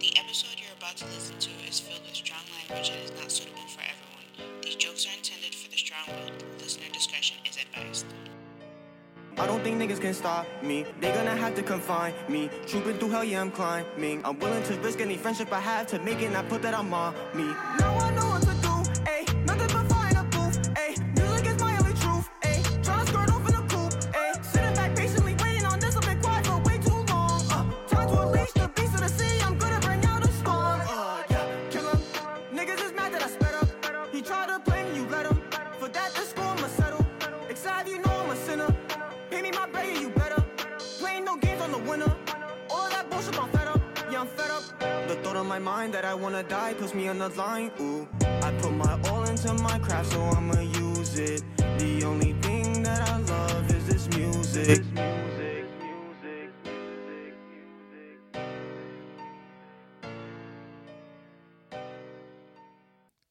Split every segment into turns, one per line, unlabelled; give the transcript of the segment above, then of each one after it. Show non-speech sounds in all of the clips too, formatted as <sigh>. The episode you're about to listen to is filled with strong language and is not suitable for everyone. These jokes are intended for the strong willed. Listener discretion is advised.
I don't think niggas can stop me. They gonna have to confine me. Trooping through hell, yeah, I'm climbing. I'm willing to risk any friendship I have to make it, and I put that on my me. Now I know what to do, ayy. Nothing but fire in a booth, ayy. Music is my only truth, ayy. Tryna skirt off in a coupe, ayy. Sitting back patiently waiting on this, I've been quiet for way too long. Uh, time to unleash the beast of the sea, I'm gonna bring out a storm. Uh, yeah, kill 'em. Niggas is mad that I sped up. He tried to play me, you let him. For that, the score must settle. Excited, you know I'm a sinner. Pay me my bread, yeah, you better. Playing no games on the winner. All that bullshit, I'm fed up. Yeah, I'm fed up. The thought on my mind that I wanna die puts me on the line. Ooh, I put my all into my craft, so I'ma use it. The only thing that I love is this music.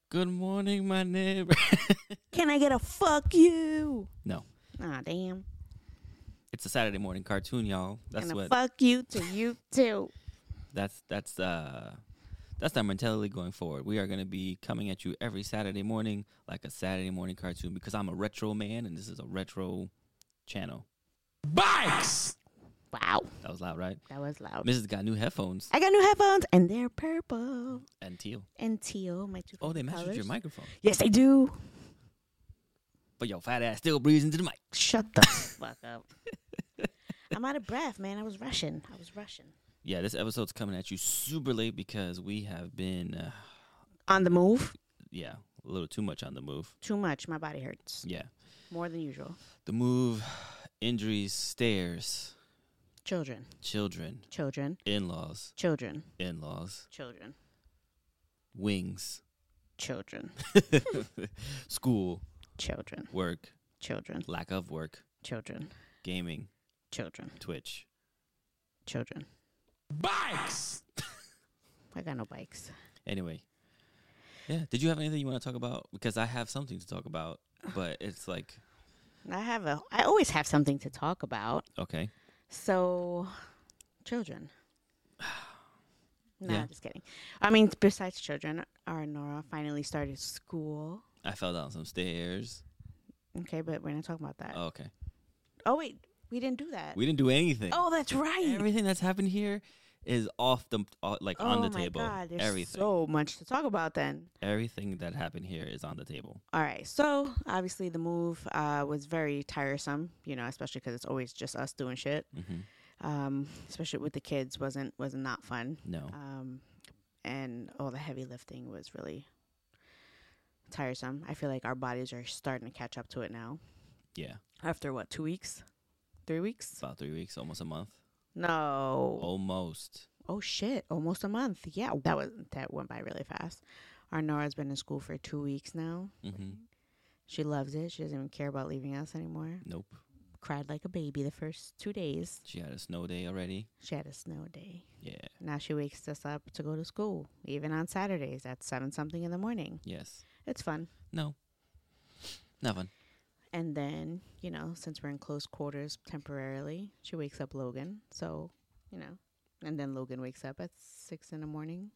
Good morning, my neighbor. <laughs>
Can I get a fuck you?
no,
Aw, damn.
it's a Saturday morning cartoon, y'all. That's
and a
what.
fuck you to you too.
That's that's uh, that's our mentality going forward. We are going to be coming at you every Saturday morning like a Saturday morning cartoon because I'm a retro man and this is a retro channel.
Wow.
That was loud, right?
That was loud.
Mrs. got new headphones
I got new headphones and they're purple
and teal.
and teal. My two
Oh, they
favorite
matched with your
colors.
microphone,
Yes, they do.
but your fat ass still breathes into the mic.
Shut
<laughs>
the fuck up. I'm out of breath, man. I was rushing. I was rushing.
Yeah, this episode's coming at you super late because we have been, uh,
On the move.
yeah, a little too much on the move.
Too much. My body hurts
Yeah,
more than usual.
the move, <sighs> injuries, stairs,
Children.
children,
Children.
in laws,
Children.
in laws,
Children. <laughs>
wings,
Children.
school,
Children.
work,
Children.
lack of work,
Children.
gaming,
Children.
Twitch.
Children. Bikes. <laughs> I got no bikes.
Anyway, yeah. Did you have anything you want to talk about? Because I have something to talk about, but it's like
I have a. I always have something to talk about.
okay,
So, children. <sighs> No,
Yeah.
just kidding. I mean, besides children, our Nora finally started school.
I fell down some stairs.
Okay, but we're not talking about that.
Oh, okay,
Oh wait, we didn't do that.
we didn't do anything.
oh, that's right.
Everything that's happened here is off the uh, like on the
oh my
table.
God, there's
Everything,
so much to talk about. Then,
everything that happened here is on the table.
all right. So obviously, the move uh, was very tiresome. You know, especially because it's always just us doing shit.
hmm
Um, especially with the kids, wasn't was not fun.
No,
um, and all the heavy lifting was really tiresome. I feel like our bodies are starting to catch up to it now.
yeah,
After what, two weeks, three weeks?
about three weeks, almost a month,
No. Oh,
almost.
shit! Almost a month. Yeah, that was that went by really fast. Our Nora's been in school for two weeks now.
hmm
She loves it. She doesn't even care about leaving us anymore.
Nope.
Cried like a baby the first two days.
She had a snow day already.
She had a snow day.
Yeah.
Now she wakes us up to go to school, even on Saturdays at seven something in the morning.
Yes.
It's fun.
No. Not fun.
And then, you know, since we're in close quarters temporarily, she wakes up Logan. So, you know, and then Logan wakes up at six in the morning.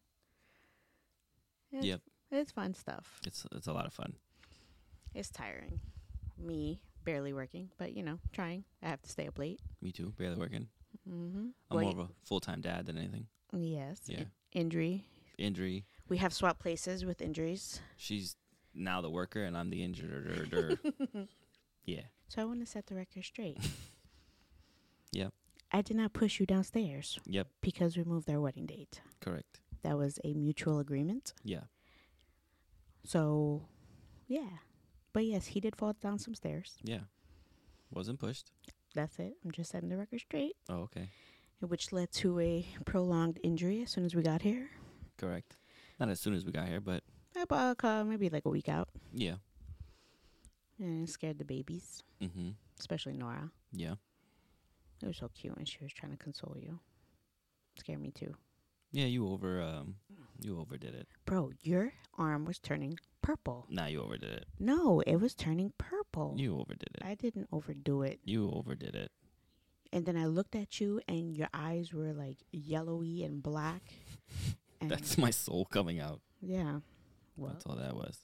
It's,
Yep.
It's fun stuff.
It's it's a lot of fun.
It's tiring. Me barely working, but, you know, trying. I have to stay up late.
Me too. Barely working.
Mm-hmm.
I'm
Well,
more of a full time dad than anything.
Yes.
Yeah.
in- injury.
Injury.
We have swapped places with injuries.
She's now the worker and I'm the injured. yeah.
So I want to set the record straight.
Yep.
I did not push you downstairs
Yep.
because we moved our wedding date.
Correct.
That was a mutual agreement.
Yeah.
So, yeah. But yes, he did fall down some stairs.
Yeah. Wasn't pushed.
That's it. I'm just setting the record straight,
Oh, okay.
which led to a prolonged injury as soon as we got here.
Correct. Not as soon as we got here, but
About uh, maybe like a week out,
yeah.
and it scared the babies,
Mm-hmm.
especially Nora.
Yeah.
It was so cute, and she was trying to console you. Scared me too,
Yeah, you over um you overdid it.
bro. Your arm was turning purple.
Nah, you overdid it.
No, it was turning purple.
You overdid it.
I didn't overdo it.
You overdid it. <laughs>
And then I looked at you, and your eyes were like yellowy and black. And
That's my soul coming out.
yeah. Well,
That's all that was.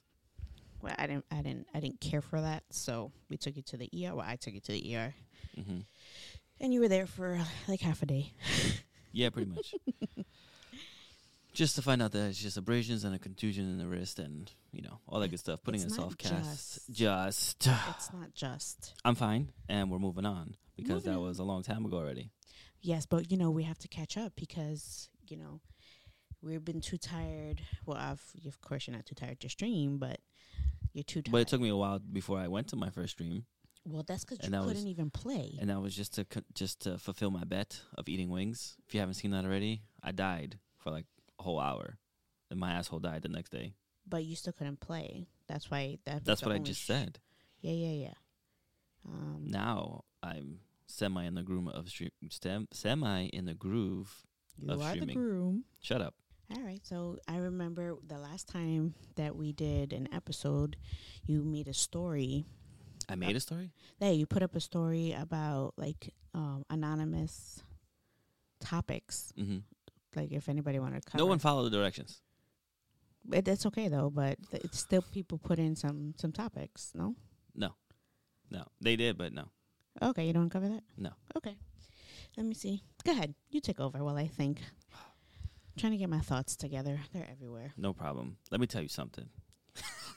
well, I didn't, I didn't, I didn't care for that. So we took you to the ER. Well, I took you to the ER,
hmm
and you were there for uh, like half a
<sighs>
day.
Yeah, pretty
<laughs>
much. just to find out that it's just abrasions and a contusion in the wrist and, you know, all that good stuff. Putting
It's
in a
not
soft cast. Just.
it's not just
I'm fine. And we're moving on because
Moving
that
on.
was a long time ago already.
yes, but you know we have to catch up because you know we've been too tired. Well, I've, of course you're not too tired to stream, but you're too tired.
But it took me a while before I went to my first stream.
well, that's because you
and that was-
couldn't even play.
And that was just to co- just to fulfill my bet of eating wings. If you haven't seen that already, I died for like a whole hour. And my asshole died the next day.
but you still couldn't play. That's why that. was
That's
the
what I
only
just
sh-
said.
Yeah, yeah, yeah. Um,
Now I'm semi in the groove of stream. Stem, semi in the groove.
you
of
are the
streaming.
groom.
Shut up.
All right. So I remember the last time that we did an episode, you made a story.
I made a story.
There, you put up a story about like um, anonymous topics.
hmm
Like if anybody wanted to cover.
No one followed the directions.
But that's okay though. But th- it's still people put in some some topics. No.
No, they did, but no.
Okay, you don't cover that.
No.
Okay. Let me see. Go ahead. You take over while I think. trying to get my thoughts together. They're everywhere.
No problem. Let me tell you something.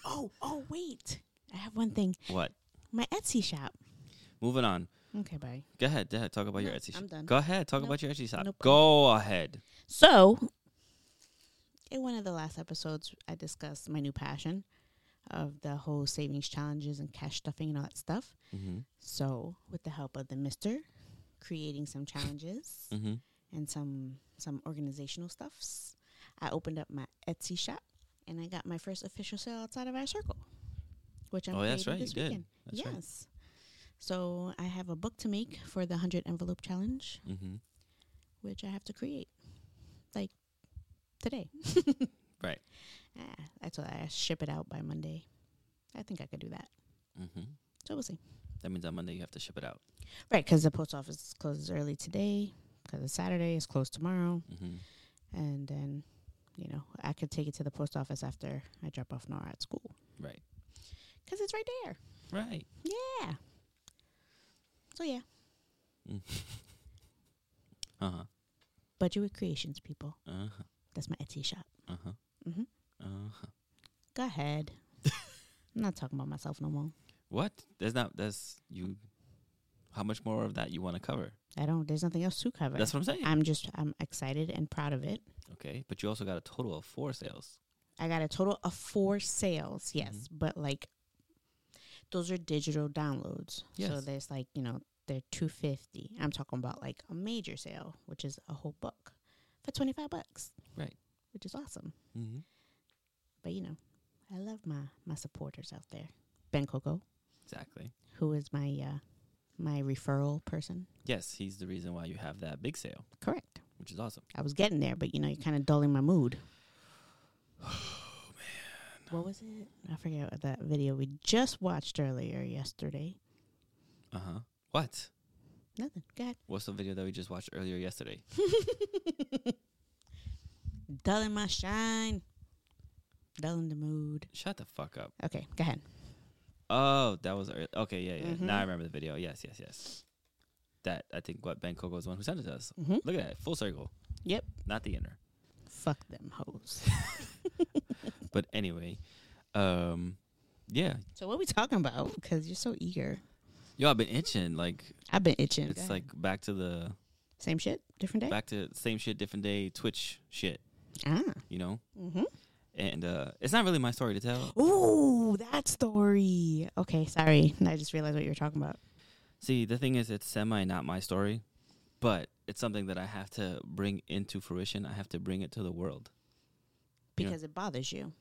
Oh, oh, wait. I have one thing.
What?
My Etsy shop.
Moving on.
Okay, bye.
Go ahead. Go ahead. Talk about your
No,
Etsy shop.
I'm done.
Go ahead. Talk
Nope.
about your Etsy shop.
Nope.
Go ahead.
So, in one of the last episodes, I discussed my new passion of the whole savings challenges and cash stuffing and all that stuff.
Mm-hmm.
So, with the help of the Mister, creating some challenges
Mm-hmm.
and some some organizational stuffs, I opened up my Etsy shop and I got my first official sale outside of our circle, which I'm
Oh, that's
creating
right. You
this
did.
weekend.
That's right.
yes. So I have a book to make for the 100 envelope challenge,
Mm-hmm.
which I have to create like today. <laughs>
Right.
Ah, that's why I ship it out by Monday. I think I could do that.
Mm-hmm.
So we'll see.
That means on Monday you have to ship it out.
Right, because the post office closes early today, because it's Saturday, it's closed tomorrow.
Mm-hmm.
and then you know I could take it to the post office after I drop off Nora at school.
Right.
'Cause it's right there.
Right.
Yeah. So yeah,
Mm-hmm. <laughs> Uh huh.
budget with creations, people.
Uh huh.
That's my Etsy shop.
Uh huh.
Mhm.
Uh huh.
Go
<laughs>
ahead. I'm not talking about myself no more.
What? That's not. That's you. How much more of that you want to cover?
I don't. There's nothing else to cover.
That's what I'm saying.
I'm just. I'm excited and proud of it.
okay, but you also got a total of four sales.
I got a total of four sales. Yes,
Mm-hmm.
but like those are digital downloads. So
Yes.
there's like you know they're two fifty. I'm talking about like a major sale, which is a whole book for twenty five bucks.
Right.
Which is awesome.
Mm-hmm.
But you know, I love my my supporters out there. Ben Coco,
Exactly.
who is my uh my referral person.
Yes, he's the reason why you have that big sale,
Correct.
which is awesome.
I was getting there, but you know, you're kind of dulling my mood. <sighs> What was it? I forget what that video we just watched earlier yesterday.
Uh huh. What?
Nothing. Go ahead.
What's the video that we just watched earlier yesterday?
<laughs> Dulling my shine. Dulling the mood.
Shut the fuck up.
Okay, go ahead.
Oh, that was ear- okay. Yeah, yeah. Now
Mhm.
I remember the video. Yes, yes, yes. That I think what Ben Coco is the one who sent it to us.
Mm-hmm.
Look at that full circle.
Yep.
Not the inner.
Fuck them hoes.
But anyway, um, yeah,
so what we talking about? Because you're so eager.
yo, I've been itching. Like
I've been itching. Go
it's
ahead.
like back to the
same shit, different day.
back to same shit, different day Twitch shit.
Ah.
You know,
Mm-hmm.
and uh, it's not really my story to tell.
Ooh, that story. Okay, sorry. I just realized what you were talking about.
See, the thing is, it's semi not my story, but it's something that I have to bring into fruition. I have to bring it to the world. You know-
Because it bothers you.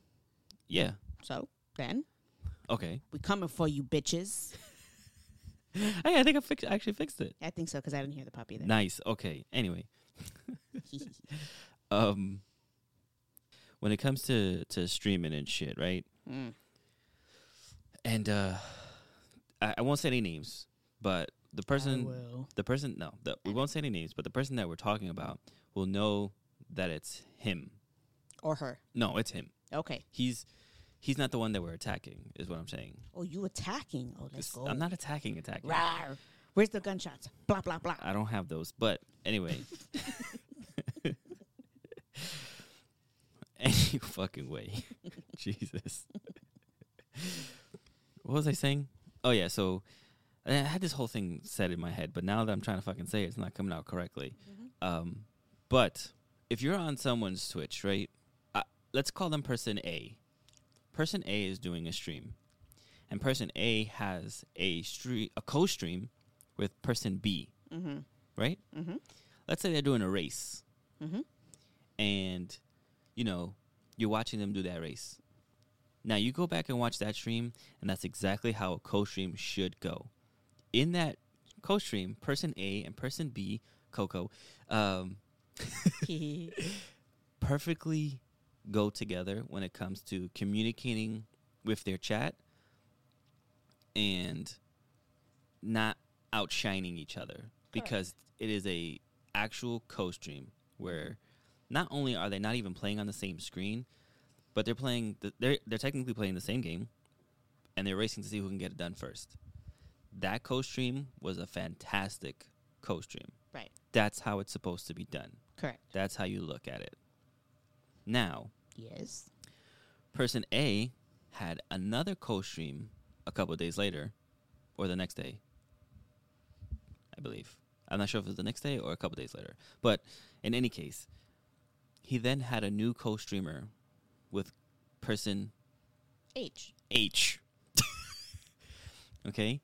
Yeah.
So then
Okay. <laughs>
we coming for you, bitches.
Hey, I think I fix- I actually fixed it.
I think so because I didn't hear the pop either. <laughs>
Nice. Okay. Anyway, um, when it comes to to streaming and shit, right?
Mm.
And uh, I, I won't say any names, but the <laughs>
I
person,
will.
the person, no, the, we won't say any names, but the person that we're talking about will know that it's him.
or her?
No, it's him.
Okay.
He's he's not the one that we're attacking. Is what I'm saying.
Oh, you attacking? Oh, let's
It's-
go.
I'm not attacking. Attacking.
Rawr. Where's the gunshots? Blah blah blah. <laughs>
I don't have those. But anyway. <laughs> Any fucking way. <laughs> Jesus. what was I saying? Oh, yeah. So I had this whole thing set in my head, but now that I'm trying to fucking say it, it's not coming out correctly. Um, but if you're on someone's Twitch, right? Uh, let's call them person A. Person A is doing a stream, and person A has a stre- a co-stream with person B, right? Mm-hmm. Let's say they're doing a race, and you know you're watching them do that race. Now you go back and watch that stream, and that's exactly how a co-stream should go. In that co-stream, person A and person B, Coco, um, perfectly go together when it comes to communicating with their chat and not outshining each other because it is a actual co-stream where not only are they not even playing on the same screen but they're playing the, they're they're technically playing the same game and they're racing to see who can get it done first that co-stream was a fantastic co-stream
right.
that's how it's supposed to be done
Correct.
that's how you look at it. Now,
Yes.
person A had another co stream a couple of days later, or the next day, I believe. I'm not sure if it was the next day or a couple of days later. But in any case, he then had a new co streamer with person
H.
H. <laughs> okay?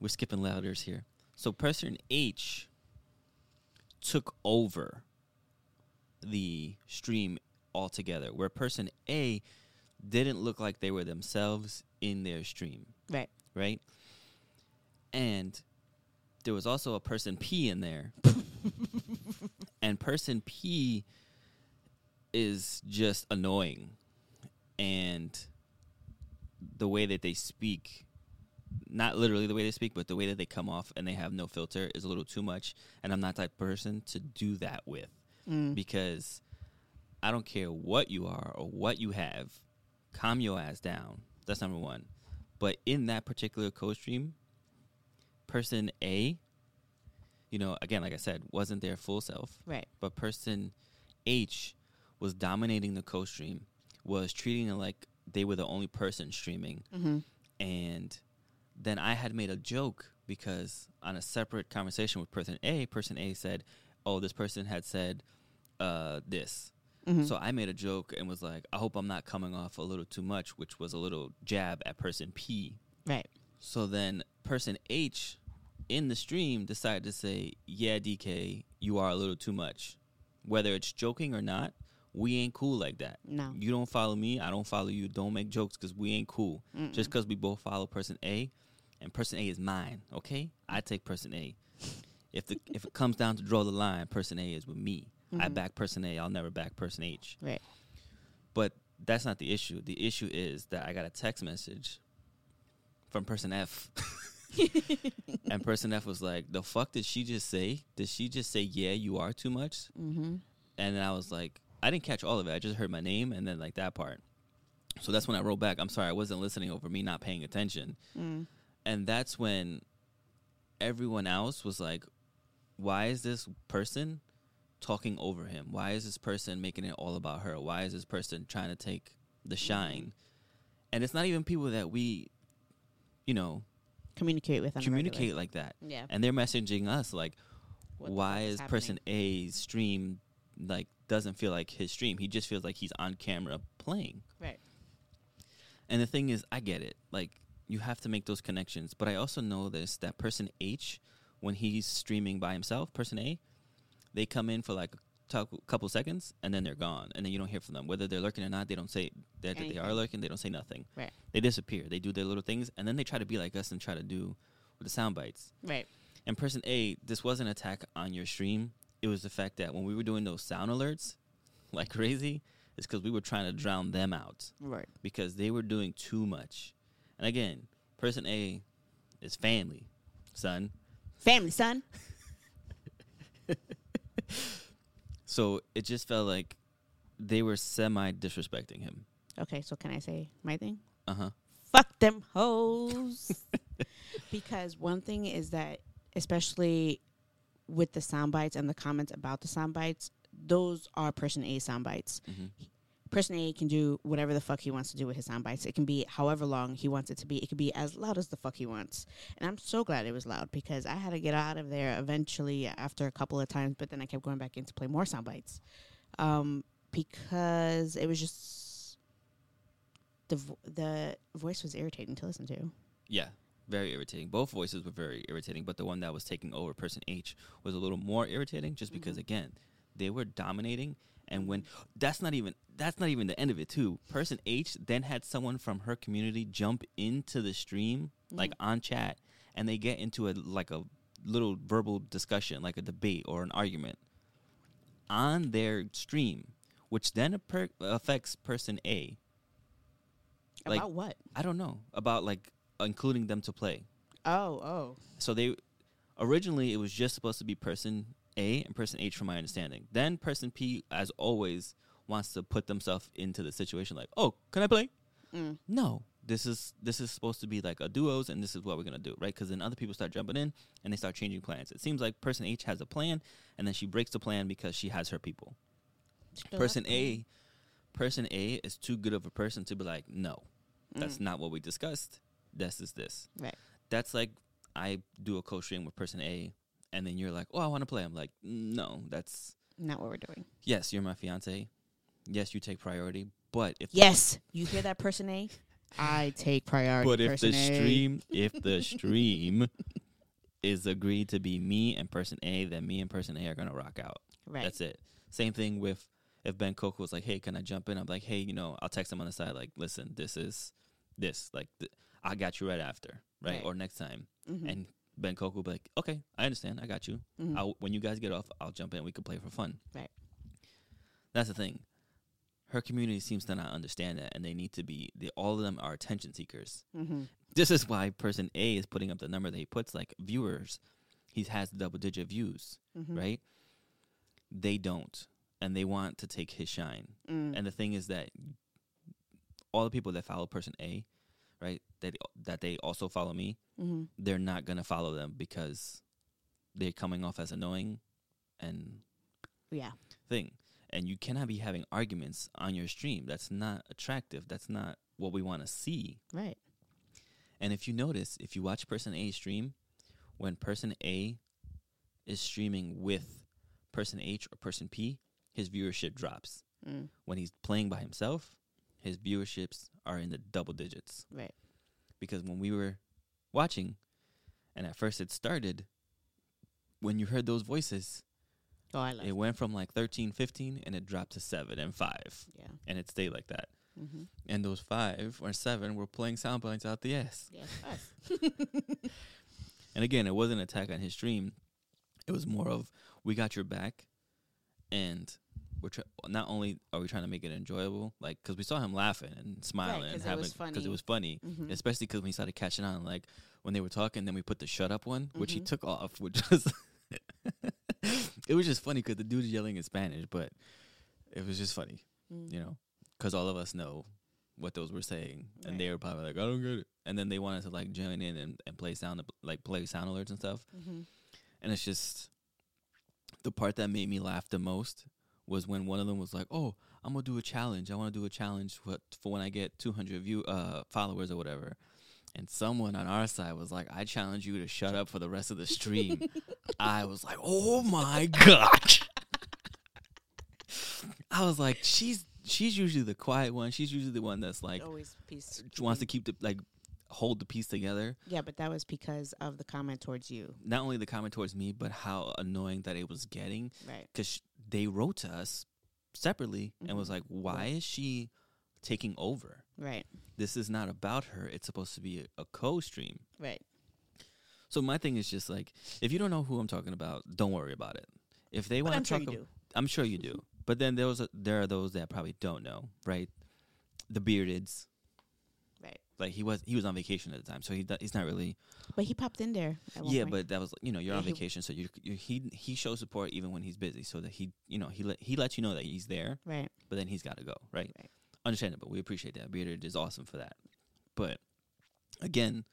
We're skipping letters here. So person H took over the stream altogether, where person A didn't look like they were themselves in their stream,
Right.
right? And there was also a person P in there. and person P is just annoying. And the way that they speak, not literally the way they speak, but the way that they come off and they have no filter is a little too much. And I'm not that person to do that with because I don't care what you are or what you have, calm your ass down. That's number one. But in that particular co stream, person A, you know, again, like I said, wasn't their full self
Right.
but person H was dominating the co stream, was treating it like they were the only person streaming. And then I had made a joke because on a separate conversation with person A, person A said, Oh, this person had said uh, this. So I made a joke and was like, I hope I'm not coming off a little too much, which was a little jab at person P
Right.
so then person H in the stream decided to say, Yeah, DK, you are a little too much. Whether it's joking or not, we ain't cool like that.
No.
You don't follow me, I don't follow you. Don't make jokes because we ain't cool. Just because we both follow person A and person A is mine, okay? I take person A. If the if it comes down to draw the line, person A is with me. I back person A, I'll never back person H.
Right.
But that's not the issue. The issue is that I got a text message from person F. and person F was like, "The fuck did she just say? Did she just say yeah, you are too much?" Mm-hmm. And then I was like, I didn't catch all of it. I just heard my name and then like that part. So that's when I wrote back. I'm sorry, I wasn't listening over me not paying attention. And that's when everyone else was like, "Why is this person talking over him? Why is this person making it all about her? Why is this person trying to take the shine?" And it's not even people that we, you know,
Communicate with. on a regular.
communicate like that. <laughs>
Yeah.
And they're messaging us like,
What the
why
fuck is
is person A's stream like doesn't feel like his stream? He just feels like he's on camera playing.
Right.
And the thing is, I get it. Like you have to make those connections, but I also know this that person H, when he's streaming by himself, person A, they come in for like a tou- couple seconds and then they're gone, and then you don't hear from them. Whether they're lurking or not, they don't say that, that they are
Anything.
lurking. They don't say nothing.
Right.
They disappear. They do their little things, and then they try to be like us and try to do with the sound bites.
Right.
And person A, this wasn't an attack on your stream. It was the fact that when we were doing those sound alerts like <laughs> crazy, it's because we were trying to drown them out
Right.
because they were doing too much. And again, person A is family, son.
Family, son.
So it just felt like they were semi disrespecting him.
Okay, so can I say my thing?
Uh huh.
fuck them hoes. because one thing is that, especially with the sound bites and the comments about the sound bites, those are person A sound bites. Person A can do whatever the fuck he wants to do with his sound bites. It can be however long he wants it to be. It can be as loud as the fuck he wants. And I'm so glad it was loud because I had to get out of there eventually after a couple of times, but then I kept going back in to play more sound bites. Um, because it was just the vo- the voice was irritating to listen to.
Yeah, very irritating. Both voices were very irritating, but the one that was taking over, person H, was a little more irritating, just because again, they were dominating. And when that's not even that's not even the end of it too. Person H then had someone from her community jump into the stream, like on chat, and they get into a like a little verbal discussion, like a debate or an argument on their stream, which then apper- affects person A. Like-
About what?
I don't know about like including them to play.
Oh, oh.
So they originally it was just supposed to be person A and person H, from my understanding. Then person P, as always, wants to put themselves into the situation like, "Oh, can I play?" No, this is this is supposed to be like a duos, and this is what we're gonna do, right? Because then other people start jumping in and they start changing plans. It seems like person H has a plan, and then she breaks the plan because she has her people. person
"Mm."
A, person A is too good of a person to be like, "No, that's not what we discussed. This is this."
Mm. Right.
that's like I do a co-stream with person A, and then you're like, "Oh, I want to play." I'm like, "No, that's
Not what we're doing.
yes, you're my fiance. Yes, you take priority, but if
Yes. You hear that, person A? I take priority.
but if the
person A.
stream if
<laughs>
the stream is agreed to be me and person A, then me and person A are gonna rock out.
Right.
That's it. Same thing with if Ben Coco was like, "Hey, can I jump in?" I'm like, "Hey, you know, I'll text him on the side. Like, listen, this is this. Like, th- I got you right after, right,
Right.
or next time."
Mm-hmm,
And Ben Coco would be like, "Okay, I understand. I got you. I'll, when you guys get off, I'll jump in. We can play for fun."
Right.
That's the thing. Her community seems to not understand that, and they need to be. They, all of them are attention seekers.
mm-hmm,
This is why person A is putting up the number that he puts, like viewers. He has double digit views, right? They don't, and they want to take his shine. And the thing is that all the people that follow person A, right, that that they also follow me,
mm-hmm.
they're not gonna follow them because they're coming off as annoying and
Yeah.
thing. And you cannot be having arguments on your stream. That's not attractive. That's not what we want to see.
Right.
And if you notice, if you watch person A stream, when person A is streaming with person H or person P, his viewership drops.
Mm,
When he's playing by himself, his viewerships are in the double digits.
Right.
Because when we were watching, and at first it started, when you heard those voices,
Oh, I love
it went from like 13, 15, and it dropped to 7 and 5
Yeah. Mm-hmm.
and it stayed like that. And those five or seven were playing sound bites out the ass.
Yes,
<laughs>
us.
And again, it wasn't an attack on his stream. It was more of we got your back, and we're tr- not only are we trying to make it enjoyable, like because we saw him laughing and smiling and
'cause it
having
was
because
funny.
it was funny,
Mm-hmm,
especially because when he started catching on, like when they were talking, then we put the shut up one, which he took off, which was <laughs> it was just funny because the dude's yelling in Spanish, but it was just funny, you know, because all of us know what those were saying, and they were probably like, "I don't get it," and then they wanted to like join in and, and play sound like play sound alerts and stuff,
mm-hmm.
and it's just the part that made me laugh the most was when one of them was like, "Oh, I'm gonna do a challenge. I want to do a challenge for, for when I get 200 view uh, followers or whatever." And someone on our side was like, "I challenge you to shut up for the rest of the stream." I was like, "Oh my god!" <laughs> I was like, "She's she's usually the quiet one. She's usually the one that's like
Always peace. Mm-hmm.
wants to keep the like hold the piece together."
Yeah, but that was because of the comment towards you.
Not only the comment towards me, but how annoying that it was getting
Right.
because they wrote to us separately and
Mm-hmm.
was like, "Why is she taking over?
Right.
This is not about her. It's supposed to be a, a co-stream."
Right.
So my thing is just like, if you don't know who I'm talking about, don't worry about it. If they want
I'm
to
sure
talk,
you
ab-
do.
I'm sure you do. But then there was a, there are those that probably don't know, right? The beardeds,
Right.
Like he was he was on vacation at the time, so he do- he's not really.
But he popped in there. At one
yeah,
point.
but that was you know you're on
Yeah, he-
vacation, so you, you he he shows support even when he's busy, so that he you know he let he lets you know that he's there,
right.
but then he's got to go, right?
Right.
Understandable. We appreciate that. Bearded is awesome for that. But again,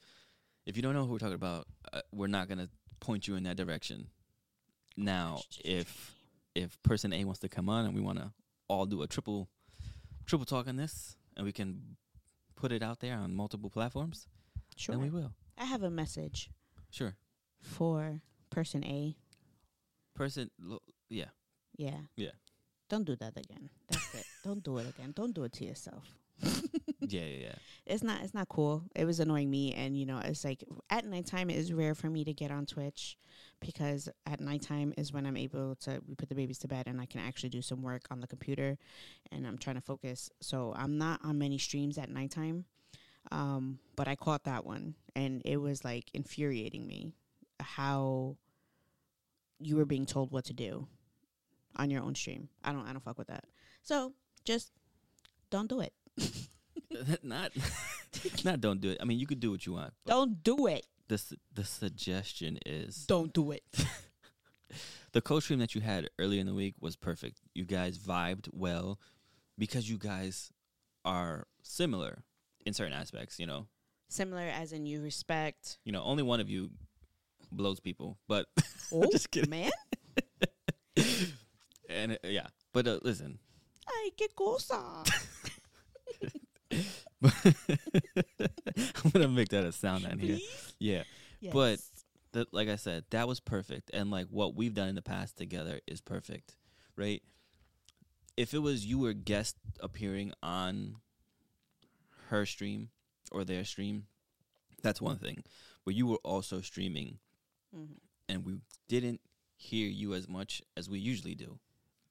if you don't know who we're talking about, uh, we're not going to point you in that direction. Now, if if person A wants to come on and we want to all do a triple triple talk on this and we can put it out there on multiple platforms,
Sure.
then we will.
I have a message
Sure.
for person A.
Person lo- yeah.
<laughs> Yeah.
Yeah.
Don't do that again. That's it. Don't do it again. Don't do it to yourself.
Yeah, yeah, yeah.
It's not it's not cool. It was annoying me and you know, it's like at nighttime it is rare for me to get on Twitch because at nighttime is when I'm able to we put the babies to bed and I can actually do some work on the computer and I'm trying to focus. So I'm not on many streams at nighttime. Um, but I caught that one and it was like infuriating me how you were being told what to do on your own stream. I don't I don't fuck with that. So just don't do it.
<laughs> not not don't do it. I mean, you could do what you want. But
Don't do it.
the s- the suggestion is
Don't
<laughs>
do it.
the co stream that you had earlier in the week was perfect. You guys vibed well because you guys are similar in certain aspects, you know.
Similar as in you respect.
You know, only one of you blows people, but <laughs>
Oh,
just kidding.
man.
and uh, yeah, but uh, listen. <laughs>
Ay, qué cosa.
I'm going to make that a sound on here.
Please?
Yeah.
Yes.
But that like I said, that was perfect. And like what we've done in the past together is perfect, right? If it was you were guest appearing on her stream or their stream, that's one thing. But you were also streaming and we didn't hear you as much as we usually do.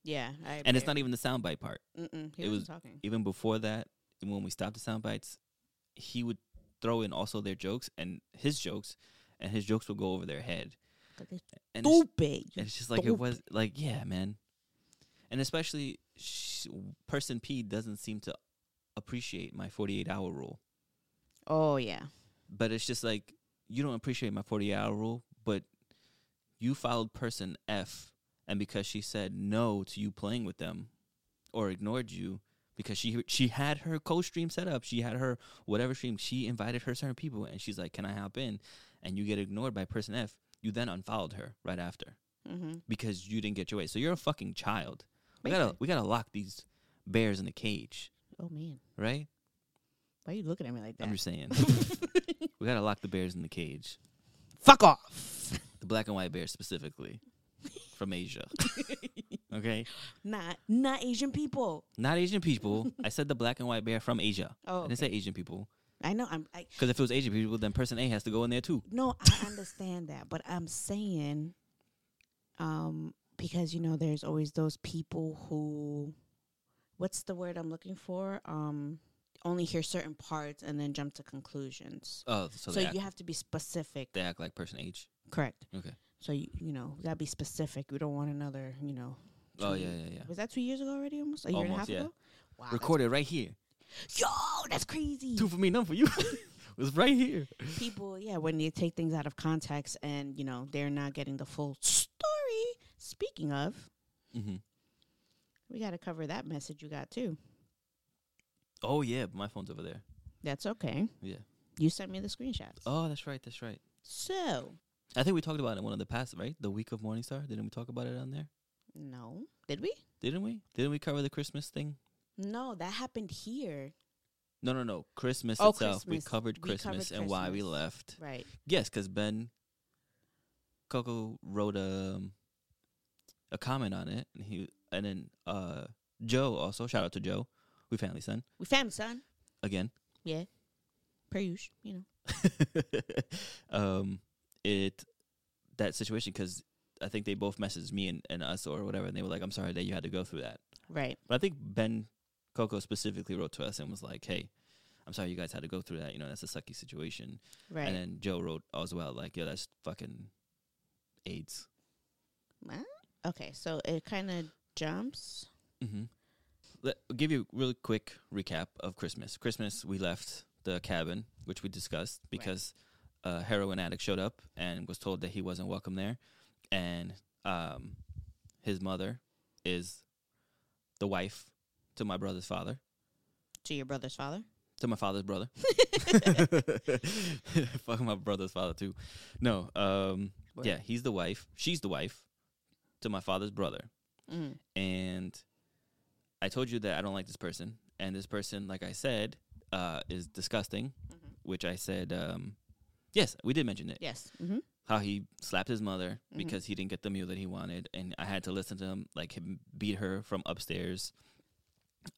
yeah, I
And it's not even the soundbite part.
Mm-mm, he
it
wasn't
was-
talking.
Even before that, when we stopped the sound bites, he would throw in also their jokes and his jokes and his jokes would go over their head. And it's-
Stupid.
and it's just like it was like yeah, man. And especially sh- person P doesn't seem to appreciate my 48 hour rule.
Oh yeah.
But it's just like you don't appreciate my 48 hour rule, but you followed person F and because she said no to you playing with them or ignored you because she she had her co-stream set up, she had her whatever stream, she invited her certain people and she's like, "Can I hop in?" and you get ignored by person F, you then unfollowed her right after
Mm-hmm.
because you didn't get your way. So you're a fucking child. We
Makes
gotta
sense.
we gotta lock these bears in a cage,
Oh man,
right?
why you looking at me like that?
I'm just
<laughs>
saying. we gotta lock the bears in the cage. <laughs>
Fuck off.
The black and white bears specifically. From Asia. <laughs> okay?
not not Asian people.
Not Asian people. I said the black and white bear from Asia.
Oh,
I didn't say Asian people.
I know. I'm. I,
Because if it was Asian people, then person A has to go in there too.
No, I understand that, but I'm saying, um, because you know, there's always those people who, what's the word I'm looking for? Um, only hear certain parts and then jump to conclusions.
Oh, so,
So,
they,
you
act,
have to be specific.
they act like person H.
Correct.
Okay.
So you you know you gotta be specific. We don't want another. You know.
Oh,
two-
yeah, yeah, yeah.
Was that two years ago already? Almost a year and a
Almost,
half
yeah.
ago. Wow. that's-
Recorded right here.
Yo, that's crazy.
Two for me, none for
<laughs>
you. <laughs> was right here.
people, yeah, when you take things out of context and you know they're not getting the full story. Speaking of,
hmm
we got to cover that message you got too.
Oh, yeah, but my phone's over there.
That's okay.
Yeah.
You sent me the screenshots.
Oh, that's right, that's right.
So
I think we talked about it in one of the past, right? The week of Morningstar. Didn't we talk about it on there?
no, did we?
Didn't we? Didn't we cover the Christmas thing?
No, that happened here.
No, no, no. Christmas
Oh,
itself. We
Christmas.
covered
We covered
Christmas and why we
Christmas.
left.
Right.
Yes, because Ben Coco wrote a um, a comment on it, and he and then uh Joe also shout out to Joe, we family son
We family son.
again. <laughs>
Yeah. Per usual, you know.
um, it that situation because I think they both messaged me and, and us or whatever, and they were like, "I'm sorry that you had to go through that."
Right.
But I think Ben Coco specifically wrote to us and was like, "Hey, I'm sorry you guys had to go through that. You know, that's a sucky situation."
Right.
And then Joe wrote as well, like, "Yo, that's fucking AIDS."
Huh? okay, so it kind of jumps.
Mm-hmm. Let I'll give you a really quick recap of Christmas. Christmas, we left the cabin, which we discussed, because a heroin addict showed up and was told that he wasn't welcome there, and um, his mother is the wife to my brother's father,
to your brother's father.
to my father's brother. <laughs> Fuck my brother's father too. No, um,
Word.
yeah, he's the wife. She's the wife to my father's brother
Mm.
and I told you that I don't like this person, and this person, like I said, uh, is disgusting. Which I said, um, yes, we did mention it.
Yes. hmm
How he slapped his mother because he didn't get the meal that he wanted, and I had to listen to him like him beat her from upstairs.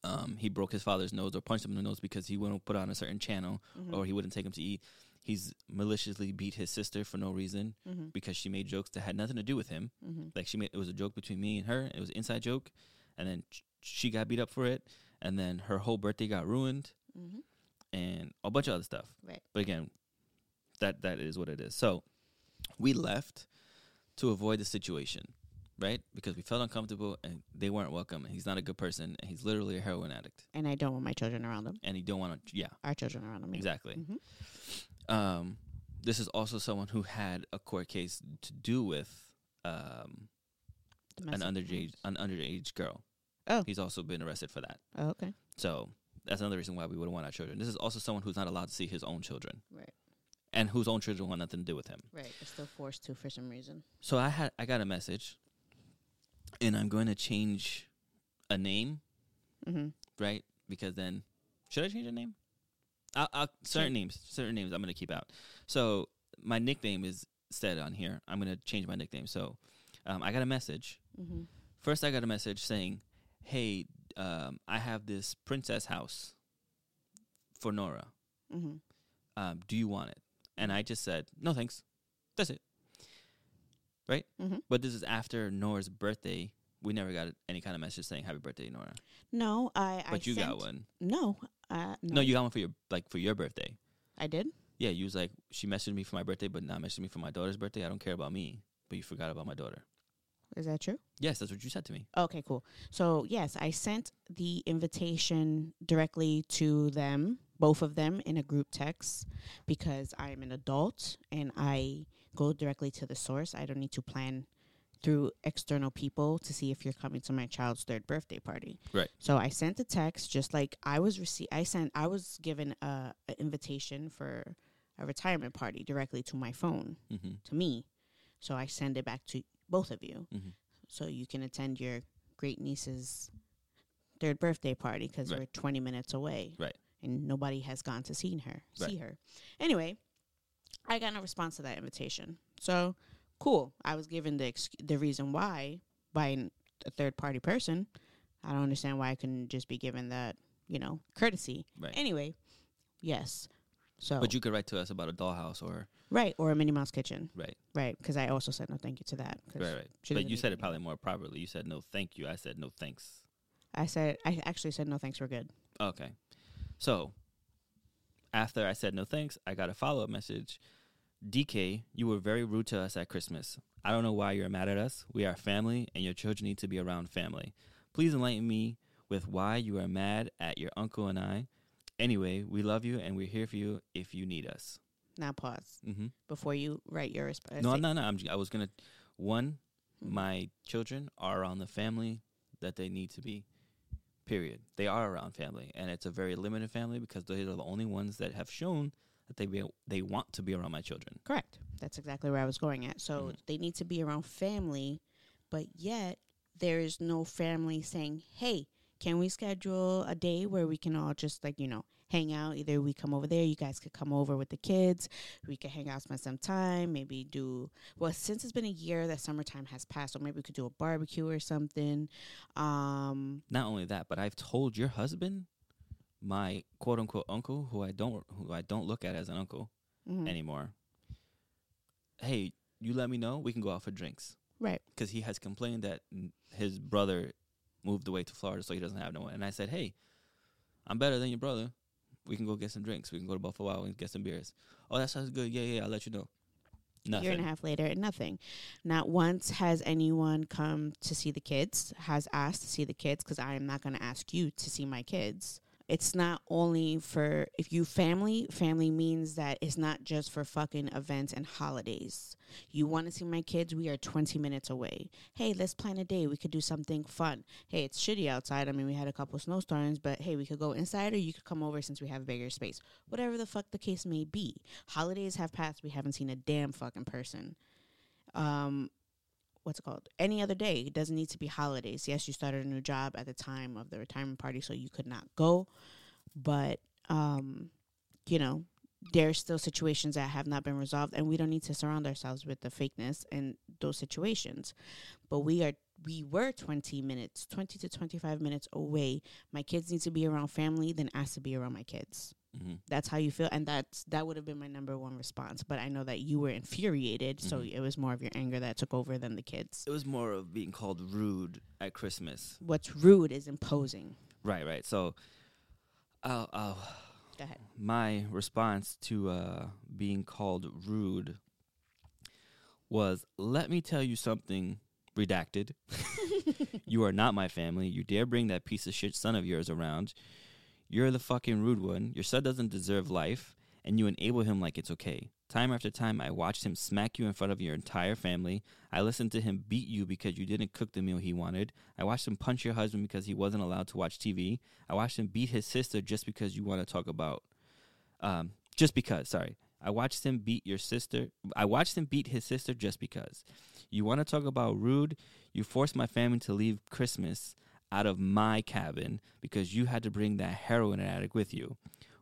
Um, he broke his father's nose or punched him in the nose because he wouldn't put on a certain channel or he wouldn't take him to eat. He's maliciously beat his sister for no reason because she made jokes that had nothing to do with him. Like she made it was a joke between me and her. It was an inside joke, and then sh- she got beat up for it, and then her whole birthday got ruined, and a bunch of other stuff.
Right.
But again, that that is what it is. So we left to avoid the situation, right? Because we felt uncomfortable and they weren't welcome. And he's not a good person, and he's literally a heroin addict,
And I don't want my children around them.
and he don't want to. Yeah,
Our children around them. yeah. Mm-hmm.
exactly. Um, this is also someone who had a court case to do with. Um, an
Domestic
underage an underage girl.
Oh.
he's also been arrested for that.
Oh, okay.
So that's another reason why we wouldn't want our children. This is also someone who's not allowed to see his own children,
Right.
and whose own children want nothing to do with him.
Right. They're still forced to for some reason.
So I had I got a message, and I'm going to change a name,
Mm-hmm.
right? Because then should I change a name? I'll, I'll, certain names, certain names I'm going to keep out. So my nickname is said on here. I'm going to change my nickname. So um, I got a message
Mm-hmm.
First, I got a message saying, "Hey, um, I have this princess house for Nora.
Mm-hmm.
Um, do you want it?" And I just said, "No, thanks. That's it." Right?
Mhm.
But this is after Nora's birthday. We never got any kind of message saying "Happy birthday, Nora."
No, I. I
But you got
sent-
one.
No, uh, no,
No. you got one for your like for your birthday.
I did.
Yeah, you was like, she messaged me for my birthday, but not messaged me for my daughter's birthday. I don't care about me, but you forgot about my daughter.
Is that true?
Yes, that's what you said to me.
Okay, cool. So yes, I sent the invitation directly to them, both of them, in a group text because I am an adult and I go directly to the source. I don't need to plan through external people to see if you're coming to my child's third birthday party.
Right.
So I sent a text just like I was rece- I sent I was given a, a invitation for a retirement party directly to my phone
hmm
to me. So I send it back to both of you.
Mhm.
So you can attend your great niece's third birthday party because
Right.
we're 20 minutes away.
Right.
And nobody has gone to seen her,
Right.
see her. Anyway, I got no response to that invitation. So cool. I was given the excu- the reason why by an, a third party person. I don't understand why I couldn't just be given that, you know, courtesy.
Right.
Anyway, yes. So
But you could write to us about a dollhouse or
right or a Minnie Mouse kitchen.
right.
Right, because I also said no thank you to that. 'cause
Right, right.
she
But
doesn't
you
need
said it
any.
probably more properly. You said no, thank you. I said no, thanks.
I said I actually said no thanks, we're good.
Okay. So after I said no, thanks, I got a follow up message. DK, you were very rude to us at Christmas. I don't know why you're mad at us. We are family, and your children need to be around family. Please enlighten me with why you are mad at your uncle and I. Anyway, we love you, and we're here for you if you need us.
Now pause
Mm-hmm.
before you write your response.
No, no, no. I'm, j- I was gonna. One, my children are around the family that they need to be. Period. They are around family, and it's a very limited family because they are the only ones that have shown that they be, they want to be around my children.
Correct. That's exactly where I was going at. So
Mhm.
they need to be around family, but yet there is no family saying, "Hey, can we schedule a day where we can all just like you know hang out? Either we come over there, you guys could come over with the kids, we could hang out, spend some time, maybe do well. Since it's been a year that summertime has passed, so maybe we could do a barbecue or something. Um,
Not only that, but I've told your husband, my quote unquote uncle, who I don't who I don't look at as an uncle
Mhm.
anymore. Hey, you let me know. We can go out for drinks.
Right.
because he has complained that n- his brother moved away to Florida, so he doesn't have no one. And I said, "Hey, I'm better than your brother. We can go get some drinks. We can go to Buffalo Wild Wings and get some beers. Oh, that sounds good. Yeah, yeah. I'll let you know. Nothing.
Year and a half later, and nothing. Not once has anyone come to see the kids, has asked to see the kids, because I am not going to ask you to see my kids it's not only for if you family family means that it's not just for fucking events and holidays you want to see my kids we are 20 minutes away hey let's plan a day we could do something fun hey it's shitty outside i mean we had a couple snowstorms but hey we could go inside or you could come over since we have bigger space whatever the fuck the case may be holidays have passed we haven't seen a damn fucking person um what's it called any other day it doesn't need to be holidays yes you started a new job at the time of the retirement party so you could not go but um you know there's still situations that have not been resolved and we don't need to surround ourselves with the fakeness in those situations but we are we were 20 minutes 20 to 25 minutes away my kids need to be around family then ask to be around my kids
Mhm.
that's how you feel and that's that would have been my number one response but i know that you were infuriated so
Mm-hmm.
it was more of your anger that took over than the kids
It was more of being called rude at Christmas.
what's rude is imposing
Right, right. So, I'll, I'll,
go ahead
my response to uh, being called rude was let me tell you something redacted. <laughs> you are not my family. You dare bring that piece of shit son of yours around. You're the fucking rude one. Your son doesn't deserve life, and you enable him like it's okay. Time after time, I watched him smack you in front of your entire family. I listened to him beat you because you didn't cook the meal he wanted. I watched him punch your husband because he wasn't allowed to watch TV. I watched him beat his sister just because you want to talk about um, just because. Sorry, I watched him beat your sister. I watched him beat his sister just because. You want to talk about rude? You forced my family to leave Christmas out of my cabin because you had to bring that heroin addict with you.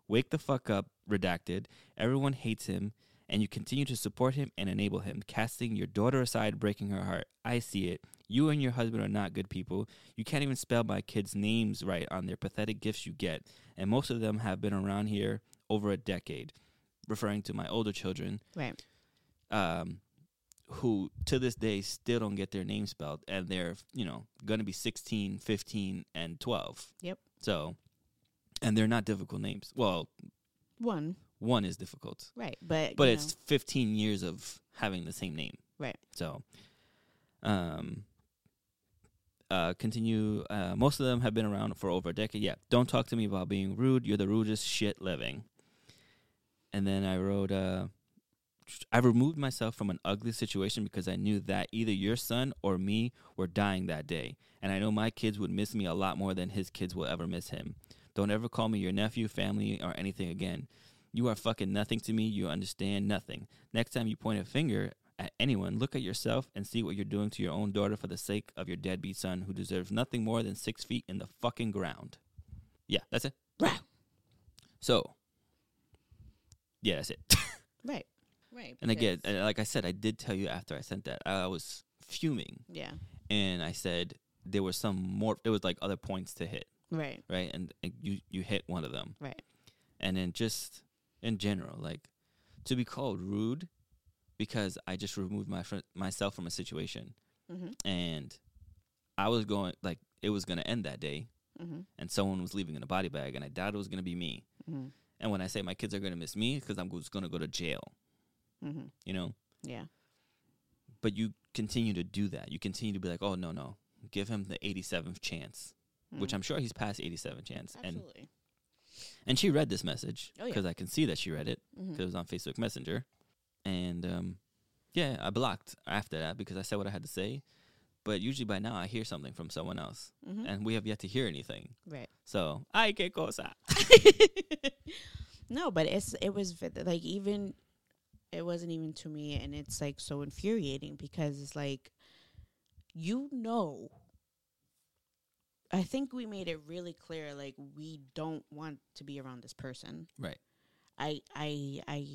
Wake the fuck up, redacted. Everyone hates him, and you continue to support him and enable him, casting your daughter aside, breaking her heart. I see it. You and your husband are not good people. You can't even spell my kids' names right on their pathetic gifts you get, and most of them have been around here over a decade, referring to my older children,
right
um, who to this day still don't get their names spelled, and they're, you know, going to be 16, 15, and 12.
Yep.
So, and they're not difficult names. Well,
one
one is difficult,
right but
but
you
it's 15 years of having the same name.
Right.
So, um, uh, continue. Uh, most of them have been around for over a decade. Yeah. Don't talk to me about being rude. You're the rudest shit living. And then I wrote, uh, I removed myself from an ugly situation because I knew that either your son or me were dying that day. And I know my kids would miss me a lot more than his kids will ever miss him. Don't ever call me your nephew, family, or anything again. You are fucking nothing to me. You understand nothing. Next time you point a finger at anyone, look at yourself and see what you're doing to your own daughter for the sake of your deadbeat son who deserves nothing more than six feet in the fucking ground. Yeah, that's it.
Wow.
So, yeah, that's it. <laughs>
right right
And again, uh,
because-
and like I said, I did tell you after I sent that I was fuming,
yeah
and I said there was some more. There was like other points to hit,
right
right? And, and you you hit one of them,
Right.
And then just in general, like to be called rude because I just removed my fr- myself from a situation,
Mhm.
and I was going like it was going to end that day,
Mhm.
and someone was leaving in a body bag, and I doubted it was going to be me.
Mhm.
And when I say my kids are going to miss me, because I'm just going to go to jail,
mm-hmm.
you know.
yeah
but you continue to do that. You continue to be like, oh no, no, give him the 87th chance, which
Mhm.
I'm sure he's past 87 chance. And
absolutely
and she read this message
Oh, yeah. Mm-hmm.
because I can see that she read it because it was on Facebook Messenger, and um, yeah, I blocked after that because I said what I had to say. But usually by now I hear something from someone else,
Mhm.
and we have yet to hear anything.
right
So I que cosa.
<laughs> No, but it's it was v- like even it wasn't even to me, and it's like so infuriating because it's like you know. I think we made it really clear like we don't want to be around this person.
Right.
I I I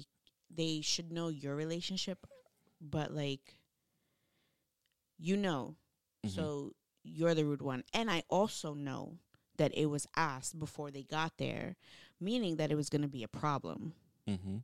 they should know your relationship, but like you know.
Mhm.
So you're the rude one. And I also know that it was asked before they got there, meaning that it was going to be a problem.
Mm-hmm.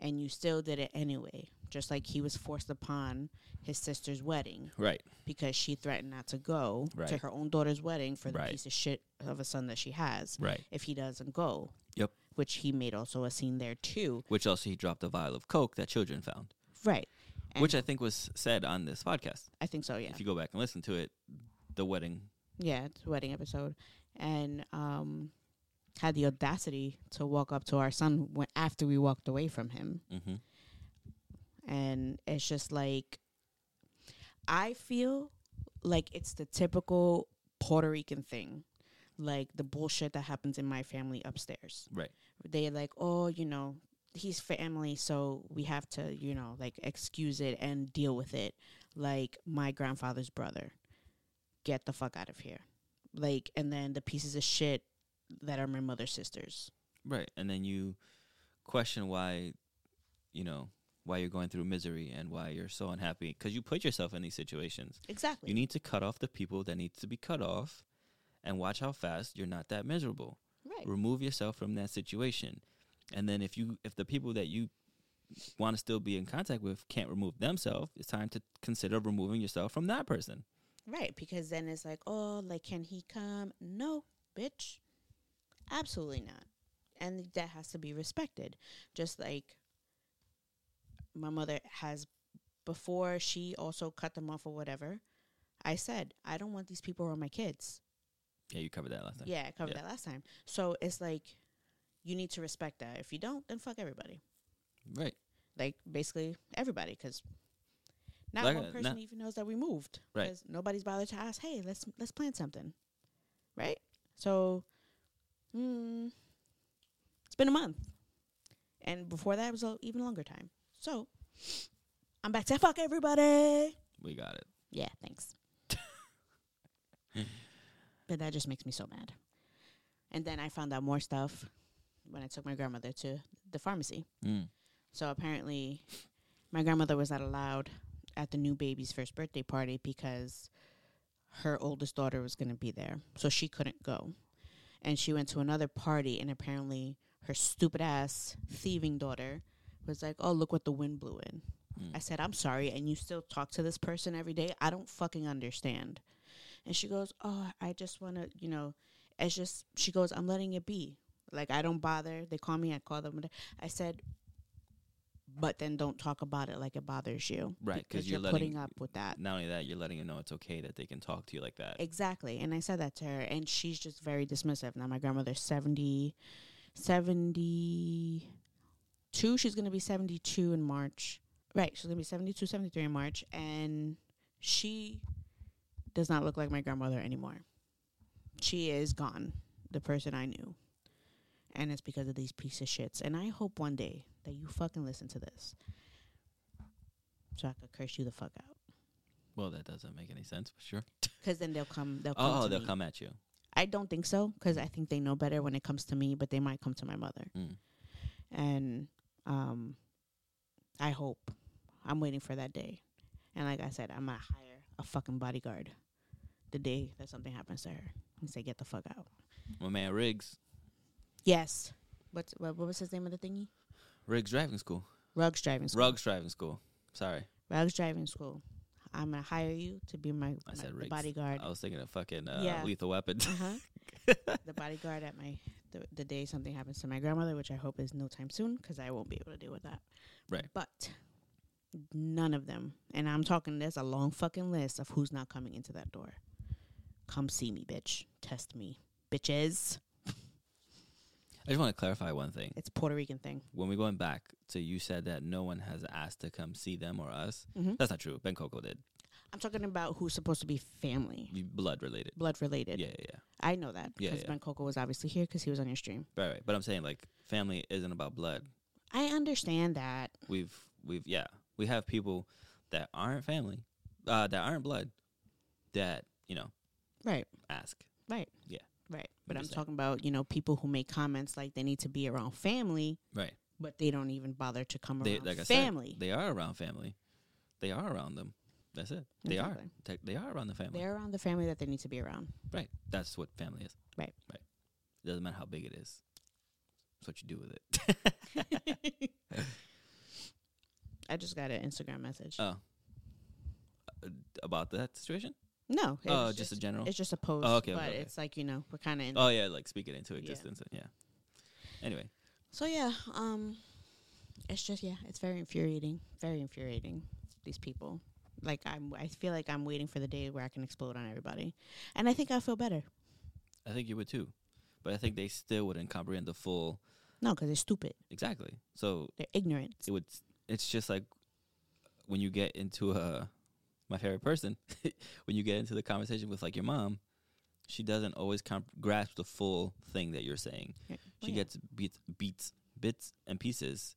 And you still did it anyway, just like he was forced upon his sister's wedding
Right.
because she threatened not to go to
Right.
her own daughter's wedding for the
Right.
piece of shit of a son that she has
Right.
if he doesn't go.
Yep.
Which he made also a scene there too.
Which also he dropped a vial of coke that children found,
Right. And
which I think was said on this podcast.
I think so, yeah.
If you go back and listen to it, the wedding
Yeah, it's a wedding episode. And um had the audacity to walk up to our son when, after we walked away from him.
Mm-hmm.
and it's just like I feel like it's the typical Puerto Rican thing, like the bullshit that happens in my family upstairs.
Right.
They like, oh, you know, he's family, so we have to, you know, like excuse it and deal with it. Like my grandfather's brother, get the fuck out of here. Like, and then the pieces of shit that are my mother's sisters.
Right. And then you question why, you know, why you're going through misery and why you're so unhappy because you put yourself in these situations.
Exactly.
You need to cut off the people that needs to be cut off and watch how fast you're not that miserable.
right.
Remove yourself from that situation. And then if you if the people that you want to still be in contact with can't remove themselves, it's time to consider removing yourself from that person.
Right, because then it's like, oh, like can he come? No, bitch. Absolutely not. And that has to be respected. Just like my mother has before she also cut them off or whatever. I said, I don't want these people around my kids.
Yeah, you covered that last time.
Yeah, I covered
Yeah.
that last time. So it's like you need to respect that. If you don't, then fuck everybody.
Right.
Like basically everybody cuz not
Like, uh,
one person
not-
even knows that we moved.
Right.
'cause nobody's bothered to ask, hey, let's let's plan something. Right? So mm, it's been a month. And before that it was a even longer time. So I'm back to fuck everybody.
We got it.
Yeah,
<laughs>
thanks. but that just makes me so mad. And then I found out more stuff when I took my grandmother to the pharmacy.
Mm.
So apparently, my grandmother was not allowed at the new baby's first birthday party because her oldest daughter was going to be there. So she couldn't go. And she went to another party, and apparently, her stupid ass thieving daughter was like, Oh, look what the wind blew in.
Hmm.
I said, I'm sorry. And you still talk to this person every day? I don't fucking understand. And she goes, Oh, I just want to, you know, it's just, she goes, I'm letting it be. Like, I don't bother. They call me, I call them. I said, but then don't talk about it like it bothers you.
Right, 'cause
Because
you're
you're,
letting-
putting up with that.
Not only that, you're letting them know it's okay that they can talk to you like that.
Exactly. And I said that to her, and she's just very dismissive. Now, my grandmother's 70, 72. She's going to be 72 in March. Right. She's going to be 72, 73 in March. And she does not look like my grandmother anymore. She is gone, the person I knew. And it's because of these piece of shits. And I hope one day that you fucking listen to this so I could curse you the fuck out.
Well, that doesn't make any sense, but sure.
Because then they'll come. They'll come
Oh,
to
they'll
me.
come at you.
I don't think so because I think they know better when it comes to me, but they might come to my mother.
Mm.
And um, I hope I'm waiting for that day. And like I said, I'm gonna hire a fucking bodyguard the day that something happens to her and say, "Get the fuck out."
My man Riggs,
Yes. What's what, what was his name of the thingy?
Riggs Driving School,
Rugs driving school.
Rugs Driving School. Sorry,
Rugs driving school. I'm gonna hire you to be my,
I
my-
said
the
Riggs.
bodyguard.
I was thinking of fucking uh,
Yeah.
Lethal Weapon. <laughs>
Uh-huh. the bodyguard at my the, the day something happens to my grandmother, which I hope is no time soon, because I won't be able to deal with that.
Right.
But none of them, and I'm talking. There's a long fucking list of who's not coming into that door. Come see me, bitch. Test me, bitches.
I just want to clarify one thing.
It's a Puerto Rican thing.
When we going back to you said that no one has asked to come see them or us.
Mhm.
That's not true. Ben Coco did.
I'm talking about who's supposed to be family,
You- Blood related.
blood
Yeah,
related.
yeah, yeah.
I know that
Yeah,
because
yeah.
Ben Coco was obviously here because he was on your stream.
Right, right. But I'm saying like family isn't about blood.
I understand that.
We've we've yeah we have people that aren't family, uh, that aren't blood, that you know
Right.
ask.
Right.
Yeah.
Right. But I'm
Understand.
talking about, you know, people who make comments like they need to be around family,
Right.
but they don't even bother to come
They
around
like I
family.
said, they are around family. They are around them. That's it. They are.
Exactly.
Te- They are around the family.
They're around the family that they need to be around.
Right. That's what family is.
Right.
Right. It doesn't matter how big it is. That's what you do with it. <laughs>
I just got an Instagram message.
oh. Uh, About that situation?
no. it
Oh,
was
just a general.
It's just a post.
Oh, okay,
but
okay, okay.
it's like, you know, we're kind of in.
Oh yeah, like speak it into existence. Yeah. Anyway,
So, yeah. Um, It's just, yeah, it's very infuriating. Very infuriating, these people. Like, I'm, I feel like I'm waiting for the day where I can explode on everybody. And I think I'll feel better.
I think you would too, but I think they still wouldn't comprehend the full
No, because they're stupid.
exactly. So
They're ignorant.
it would. It's just like when you get into a my favorite person. <laughs> when you get into the conversation with like your mom, she doesn't always comp- grasp the full thing that you're saying.
Yeah.
She
Oh, yeah.
gets beats, beats, bits and pieces.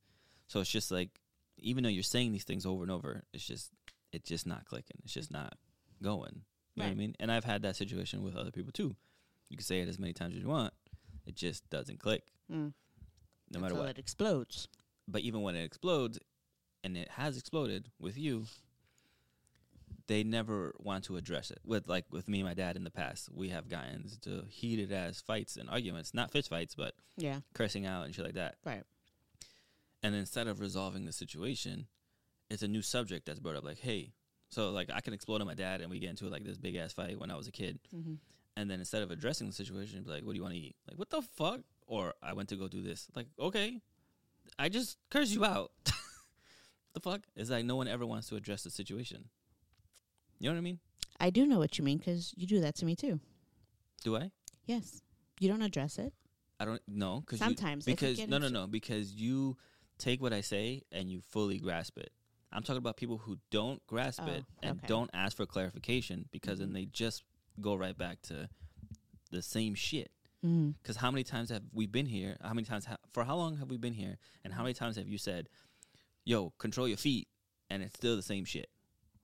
So it's just like even though you're saying these things over and over, it's just it's just not clicking. It's just not going. You know what I
Right.
mean? And I've had that situation with other people too. You can say it as many times as you want, it just doesn't click.
Mm.
No matter
Until
what
it explodes.
but even when it explodes and it has exploded with you they never want to address it with like with me and my dad in the past we have gotten into heated as fights and arguments not fist fights but
Yeah.
cursing out and shit like that
Right.
and instead of resolving the situation it's a new subject that's brought up like hey so like i can explode on my dad and we get into like this big ass fight when i was a kid and then instead of addressing the situation be like what do you want to eat like what the fuck or i went to go do this like okay i just curse you out <laughs> the fuck it's like no one ever wants to address the situation you know what i mean
I do know what you mean because you do that to me too.
do i
Yes. You don't address it.
i don't know because
Sometimes, if you
because
get
no no
into-
no because you take what i say and you fully grasp it i'm talking about people who don't grasp
Oh,
it and
okay. Mm-hmm.
don't ask for clarification because then they just go right back to the same shit
Mm.
Because how many times have we been here? How many times ha- for how long have we been here? And how many times have you said, "Yo, control your feet," and it's still the same shit.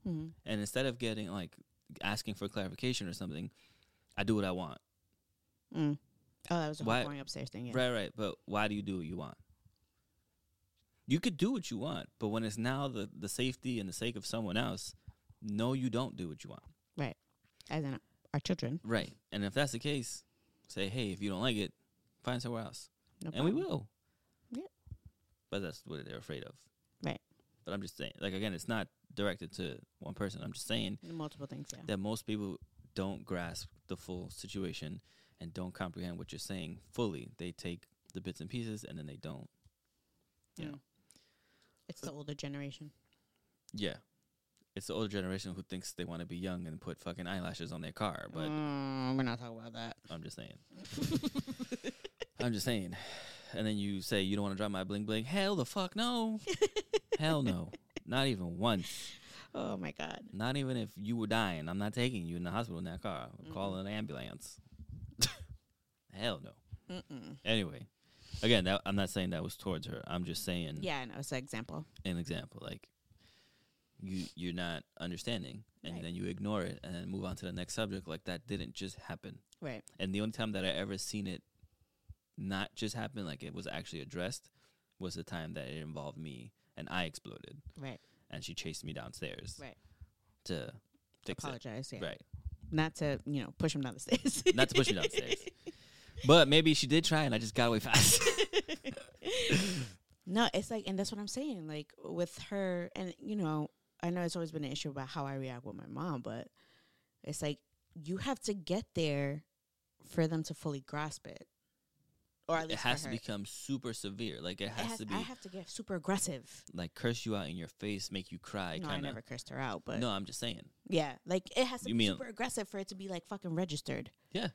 Mhm.
And instead of getting like asking for clarification or something, I do what I want.
Mm. Oh, that was the
Why-
whole going upstairs thing. Yeah.
Right, right. But why do you do what you want? You could do what you want, but when it's now the the safety and the sake of someone else, no, you don't do what you want.
Right. As in our children.
Right. And if that's the case, say, "Hey, if you don't like it, find somewhere else."
No
and we
problem.
will.
Yeah.
But that's what they're afraid of.
Right.
But I'm just saying, like again, it's not directed to one person. I'm just saying
Multiple things. Yeah.
that most people don't grasp the full situation and don't comprehend what you're saying fully. They take the bits and pieces and then they don't. You know.
It's the older generation.
Yeah. It's the older generation who thinks they want to be young and put fucking eyelashes on their car, but Uh,
Mm, we're not talking about that.
I'm just saying. I'm just saying. And then you say you don't want to drop my bling bling. Hell the fuck no. Hell no. Not even once.
Oh my god.
Not even if you were dying. I'm not taking you in the hospital in that car. I'm calling an ambulance. <laughs> Hell no. Anyway, again, that, I'm not saying that was towards her. I'm just saying
Yeah, I know. It's an example.
an example. Like you, you're not understanding, and
Right.
then you ignore it, and then move on to the next subject. Like that didn't just happen.
Right.
And the only time that I ever seen it not just happen, like it was actually addressed, was the time that it involved me and I exploded
Right.
and she chased me downstairs
Right.
to fix
Apologize.
it.
Yeah.
Right.
Not to you know push him down the <laughs> stairs.
Not to push me
<laughs>
downstairs. But maybe she did try and I just got away fast.
no, it's like, and that's what I'm saying. Like with her, and you know, I know it's always been an issue about how I react with my mom, but it's like you have to get there for them to fully grasp it, or
<laughs>
at
it
least
has
for
to
her.
become super severe. Like it
It
has,
has-
to be
I have to get super aggressive.
like curse you out in your face, make you cry
no, I
kinda.
never cursed her out, but
no, I'm just saying.
yeah, like it has to
You
be
mean-
super aggressive for it to be like fucking registered.
Yeah.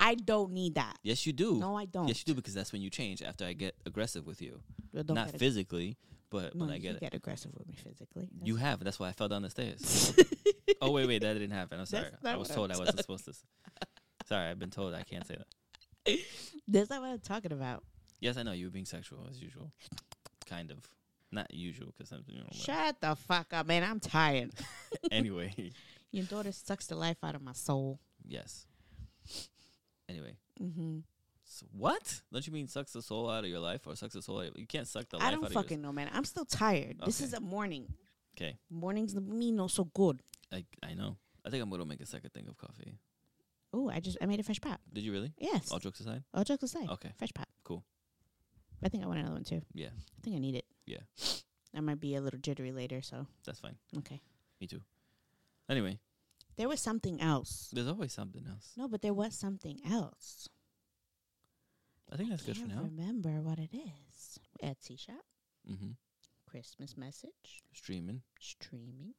I don't need that.
Yes you do.
No, I don't.
Yes you do because that's when you change after I get aggressive with you.
Well, don't
Not
get ag-
physically, but
No,
when I
you
get it.
get aggressive with me physically.
You have. That's why I fell down the
<laughs>
stairs. oh wait, wait, that didn't happen. I'm sorry.
not
I was
what I'm
told I wasn't supposed to. s- Sorry, I've been told I can't say that.
That's not what I'm talking about.
Yes, I know you were being sexual as usual, kind of. Not usual because I'm. You know, whatever.
Shut the fuck up, man.
<laughs>
I'm tired.
anyway, <laughs>
Your daughter sucks the life out of my soul.
yes. Anyway,
Mm-hmm.
S what? Don't you mean sucks the soul out of your life or sucks the soul? Out of, you can't suck the life
I
out
don't
of
fucking know, man. I'm still tired. This
Okay.
is a morning.
Okay,
Mornings to me no so good.
I I know. I think I'm gonna make a second thing of coffee.
Oh, I just I made a fresh pot.
Did you really?
Yes.
All jokes aside.
All jokes aside.
Okay.
Fresh pot.
Cool.
I think I want another one too.
Yeah,
I think I need it.
Yeah.
I might be a little jittery later, so
that's fine.
okay.
Me too. Anyway,
There was something else.
there's always something else.
No, but there was something else.
I think that's
Can't
good for now.
remember what it is. Etsy shop.
Mm-hmm.
Christmas message.
Streaming.
Streaming.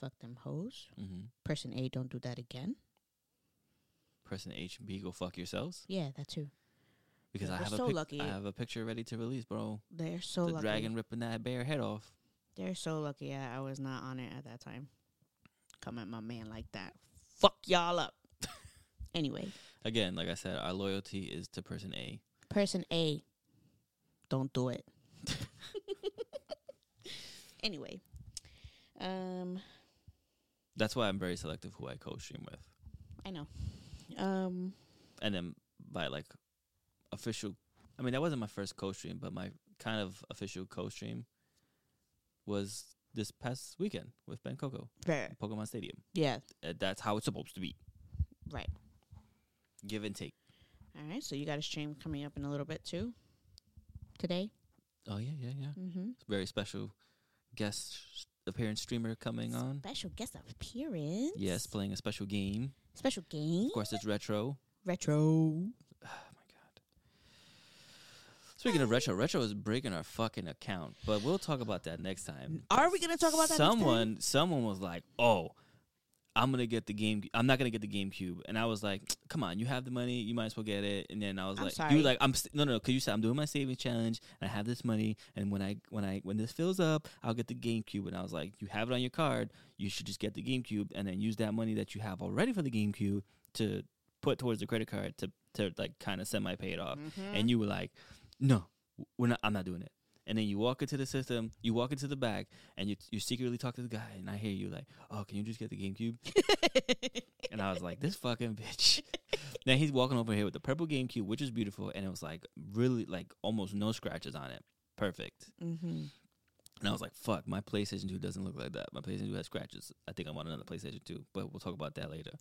Fuck them hoes.
Mm-hmm.
person A, don't do that again.
person H and B go fuck yourselves
Yeah, that too.
because I
We're
have a
so
pic-
lucky.
I have a picture ready to release, bro.
They're so
the
lucky.
dragon ripping that bear head off.
They're so lucky I, I was not on it at that time. Come at my man like that. Fuck y'all up. <laughs> anyway,
Again, like I said, our loyalty is to person A.
person A, don't do it. <laughs> anyway, um,
That's why I'm very selective who I co-stream with.
I know. Um,
and then by like official i mean that wasn't my first co-stream but my kind of official co-stream was this past weekend with ben coco
fair.
at pokemon stadium
Yeah,
Uh, that's how it's supposed to be
right.
give and take
All right, so you got a stream coming up in a little bit too. Today.
oh yeah yeah yeah
Mm-hmm.
very special guest s- appearance streamer coming on
Special guest appearance.
yes playing a special game
Special game.
of course it's retro
Retro.
oh my god speaking of retro retro is breaking our fucking account but we'll talk about that next time
Are we gonna talk about that? next time?
someone someone was like oh i'm gonna get the game i'm not gonna get the gamecube and i was like come on you have the money you might as well get it and then i was
I'm
like you
sorry.
were like i'm st- no no because you said i'm doing my savings challenge and i have this money and when i when i when this fills up i'll get the gamecube and i was like you have it on your card you should just get the gamecube and then use that money that you have already for the gamecube to put towards the credit card to to like kind of semi pay it off
Mm-hmm.
and you were like no we're not i'm not doing it and then you walk into the system, you walk into the back, and you you secretly talk to the guy, and I hear you like, "Oh, can you just get the GameCube?" and I was like, "This fucking bitch." now he's walking over here with the purple GameCube, which is beautiful, and it was like really like almost no scratches on it, perfect.
Mm-hmm.
And I was like, "Fuck, my PlayStation 2 doesn't look like that. My PlayStation 2 has scratches. I think I want another PlayStation 2, but we'll talk about that later."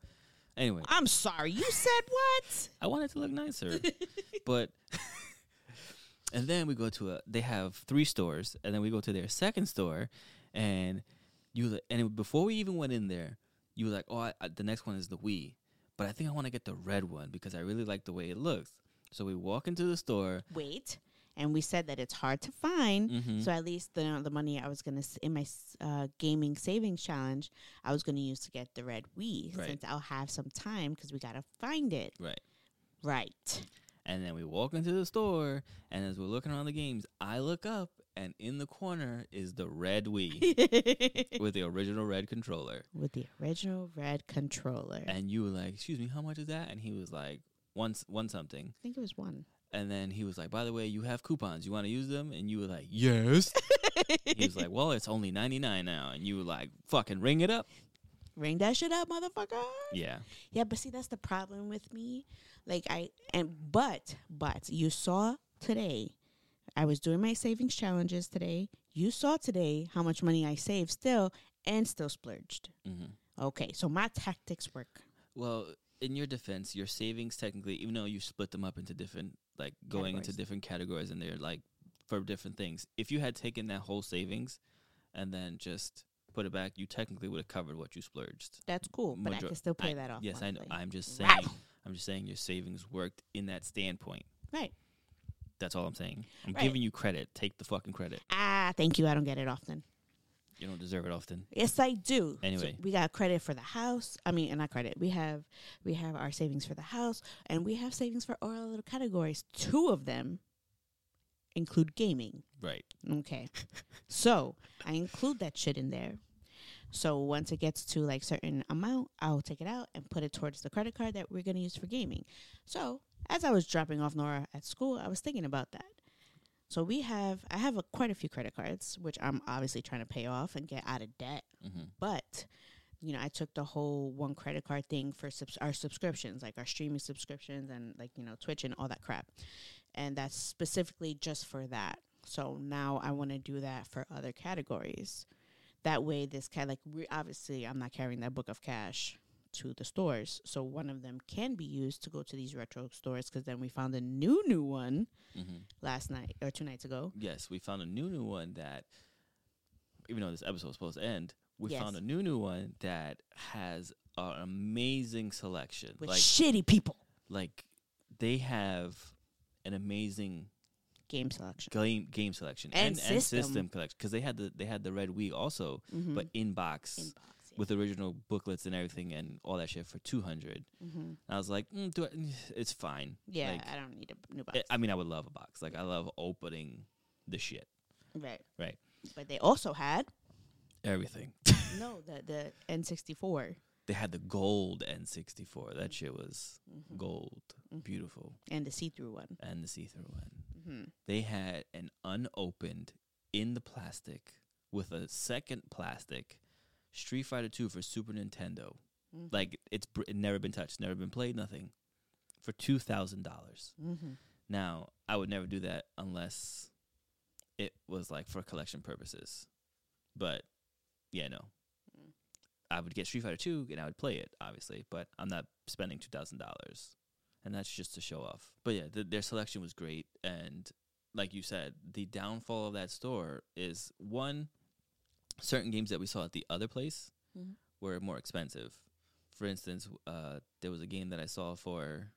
Anyway,
I'm sorry. You said what?
I want it to look nicer. but and then we go to a they have three stores and then we go to their second store and you li- and before we even went in there, you were like, "Oh, I, I- the next one is the Wii, but I think I want to get the red one because I really like the way it looks." So we walk into the store.
Wait. And we said that it's hard to find.
Mhm.
So at least the the money I was gonna s- in my s- uh, gaming savings challenge, I was gonna use to get the red Wii
Right.
since I'll have some time because we gotta find it.
Right. <laughs>
Right. <laughs>
And then we walk into the store, and as we're looking around the games, I look up, and in the corner is the red
<laughs>
Wii with the original red controller.
With the original red controller. I
And you were like, "Excuse me, how much is that?" And he was like, "One s- one something."
think it was
<laughs>
one.
And then he was like, "By the way, you have coupons. You want to use them?" And you were like, "Yes." he was like, "Well, it's only ninety nine now." And you were like, "Fucking ring it up."
<laughs> Ring that shit up, motherfucker.
Yeah.
Yeah, but see, that's the problem with me. Like I and but but you saw today, I was doing my savings challenges today. You saw today how much money I saved still and still splurged.
Mhm.
Okay, so my tactics work.
Well, in your defense, your savings technically, even though you split them up into different, like going into
Categories.
different categories, and they're like for different things. If you had taken that whole savings and then just put it back, you technically would have covered what you splurged.
That's cool, but I
Major-
can still pay
I-
that off.
Yes, I know.
monthly.
I'm just saying.
Right.
I'm just saying your savings worked in that standpoint.
right.
That's all I'm saying. I'm
Right.
giving you credit. Take the fucking credit.
Ah, thank you. I don't get it often.
You don't deserve it often.
Yes, I do. So
Anyway.
we got credit for the house. I mean, not credit. We have we have our savings for the house, and we have savings for all our little categories. Two of them include gaming.
Right.
Okay. so I include that shit in there. So once it gets to like certain amount, I'll take it out and put it towards the credit card that we're gonna use for gaming. So as I was dropping off Nora at school, I was thinking about that. So we have I have a, quite a few credit cards, which I'm obviously trying to pay off and get out of debt.
Mm-hmm.
But you know, I took the whole one credit card thing for subs- our subscriptions, like our streaming subscriptions and like you know Twitch and all that crap, and that's specifically just for that. So now I want to do that for other categories. That way, this cat like we obviously I'm not carrying that book of cash to the stores, so one of them can be used to go to these retro stores because then we found a new new one last night or two nights ago.
Mm-hmm. Yes, we found a new new one that, even though this episode was supposed to end, we
Yes.
found a new new one that has an amazing selection.
with
like
shitty people.
like they have an amazing
Game selection.
game game selection
And
and
system. Mm-hmm.
system collection because they had the they had the red Wii also, but in box.
Inbox. Yeah.
with original booklets and everything and all that shit for 200
Mm-hmm.
and i was like mm, do I, <sighs> it's fine
Yeah,
Like, eh,
I don't need a new box.
I- I mean i would love a box like i love opening the shit
right.
right
But they also had
everything <laughs>
no the the N sixty four
they had the gold n64 that shit was
Mm-hmm.
gold beautiful
and the see through one.
and the see-through one
Mm-hmm.
they had an unopened in the plastic with a second plastic Street Fighter 2 for Super Nintendo.
Mm-hmm.
Like it's br- it never been touched, never been played, nothing. For $2,000. dollars
Mm-hmm.
Now, I would never do that unless it was like for collection purposes. But yeah, no. I would get Street Fighter 2 and I would play it, obviously, but I'm not spending $2,000. And that's just to show off. But yeah, th their selection was great. And like you said, the downfall of that store is one, certain games that we saw at the other place
Mhm.
were more expensive. For instance, uh, there was a game that I saw for.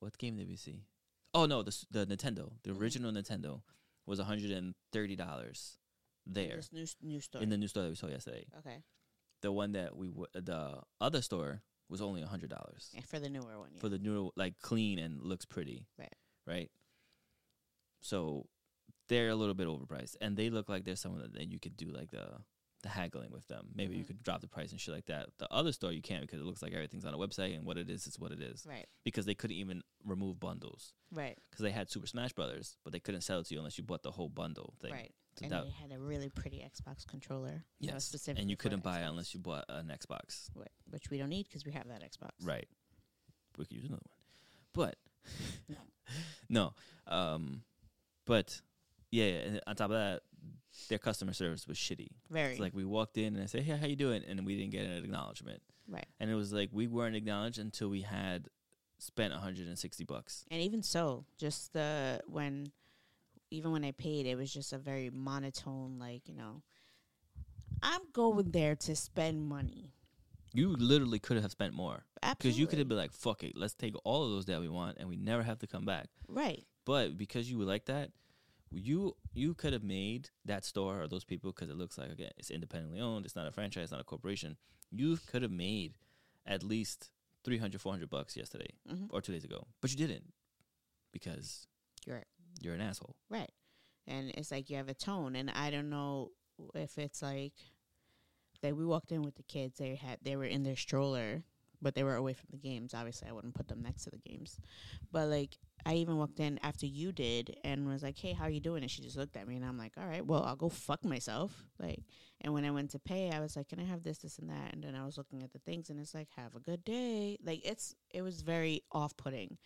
What game did we see? Oh no, the s- the Nintendo, the original Nintendo, was one hundred and thirty dollars there
This new s- new store.
in the new store that we saw yesterday.
okay.
The one that we w- the other store was only hundred dollars
Yeah, for the newer one. Yeah.
for the new like clean and looks pretty.
Right.
Right. So they're a little bit overpriced, and they look like there's someone that, that you could do like the the haggling with them. Maybe you
Mhm.
could drop the price and shit like that. The other store you can't because it looks like everything's on a website, and what it is is what it is.
right.
Because they couldn't even remove bundles
Right.
because they had Super Smash Brothers, but they couldn't sell it to you unless you bought the whole bundle thing.
Right.
So
And
that-
they had a really pretty Xbox controller. that was
yes,
specifically
and you
for
couldn't buy it
Xbox.
unless you bought an Xbox.
Right, which we don't need because we have that Xbox.
Right. We could use another one. But <laughs>
No.
no. Um but yeah, yeah, and on top of that, their customer service was shitty.
Very.
It's like we walked in and I said, Hey, how you doing? And we didn't get an acknowledgement.
Right.
And it was like we weren't acknowledged until we had spent hundred and sixty bucks.
and even so, just the when, even when I paid, it was just a very monotone, like you know, I'm going there to spend money.
You literally could have spent more. Because
Absolutely.
you could have been like, fuck it, let's take all of those that we want and we never have to come back.
right.
But because you were like that, you you could have made that store or those people because it looks like again it's independently owned. It's not a franchise, not a corporation. You could have made at least 300, 400 bucks yesterday
Mhm.
or two days ago, but you didn't because
You're-
you're an asshole.
Right. And it's like you have a tone and I don't know if it's like that we walked in with the kids, they had they were in their stroller, but they were away from the games. Obviously I wouldn't put them next to the games. But like I even walked in after you did and was like, Hey, how you doing? And she just looked at me and I'm like, All right, well I'll go fuck myself. Like and when I went to pay, I was like, Can I have this, this and that? And then I was looking at the things and it's like, Have a good day. Like it's it was very off putting.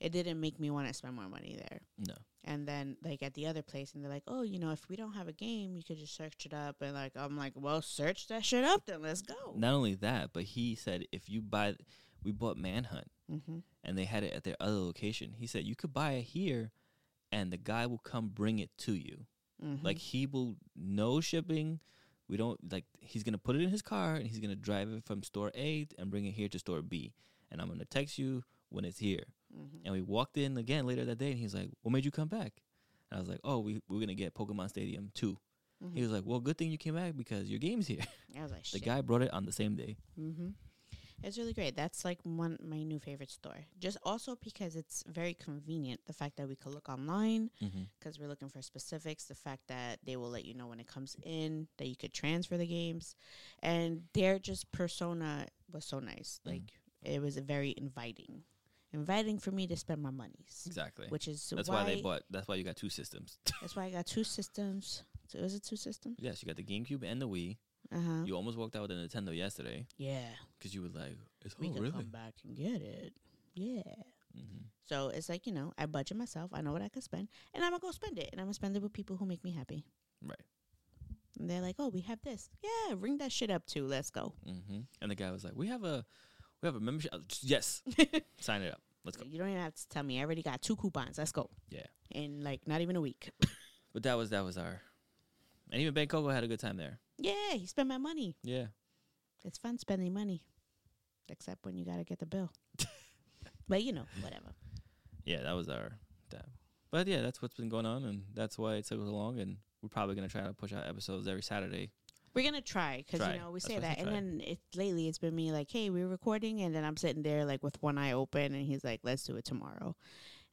It didn't make me want to spend more money there
No,
and then like at the other place and they're like oh you know if we don't have a game you could just search it up and like i'm like well search that shit up then let's go
not only that, but he said if you buy, we bought Manhunt
mm-hmm.
and they had it at their other location. He said you could buy it here, and the guy will come bring it to you.
Mm-hmm.
Like he will no shipping. We don't like he's gonna put it in his car and he's gonna drive it from store A and bring it here to store B. And I'm gonna text you when it's here.
Mm-hmm.
And we walked in again later that day and he's like, What made you come back? And I was like, Oh, we we're gonna get Pokemon Stadium 2 He was like, Well, good thing you came back because your game's here. <laughs>
i was like
the
Mm-hmm. shit.
guy brought it on the same day.
mm-hmm. it's really great that's like one my new favorite store just also because it's very convenient the fact that we could look online because we're looking for specifics the fact that they will let you know when it comes in that you could transfer the games and their just persona was so nice
Mhm.
like it was very inviting inviting for me to spend my monies
Exactly.
which is
that's why,
why,
they bought that's why you got two systems. <laughs>
That's why I got two systems. So is it two systems?
yes, you got the GameCube and the Wii.
Uh huh.
You almost walked out with a Nintendo yesterday
Yeah,
because you were like, "It's
we
oh,
can
really?"
come back and get it. Yeah.
hmm
So it's like you know, I budget myself. I know what I can spend, and I'm gonna go spend it, and I'm gonna spend it with people who make me happy.
Right.
And they're like, "Oh, we have this. Yeah, ring that shit up too. Let's go."
Mm-hmm. And the guy was like, "We have a, we have a membership. I was just- <laughs> Yes, sign it up. Let's go."
You don't even have to tell me. I already got two coupons. Let's go.
Yeah.
In like not even a week. <laughs>
But that was that was our, and even Ben Coco had a good time there.
yeah, you spend my money.
Yeah,
It's fun spending money, except when you gotta get the bill.
<laughs>
but you know, whatever.
yeah, that was our that. But yeah, that's what's been going on, and that's why it took us along. And we're probably gonna try to push out episodes every Saturday
We're gonna try because
Try.
you know we
That's
say
what I
that,
said, try.
and then it lately it's been me like, hey, we're recording, and then I'm sitting there like with one eye open, and he's like, let's do it tomorrow,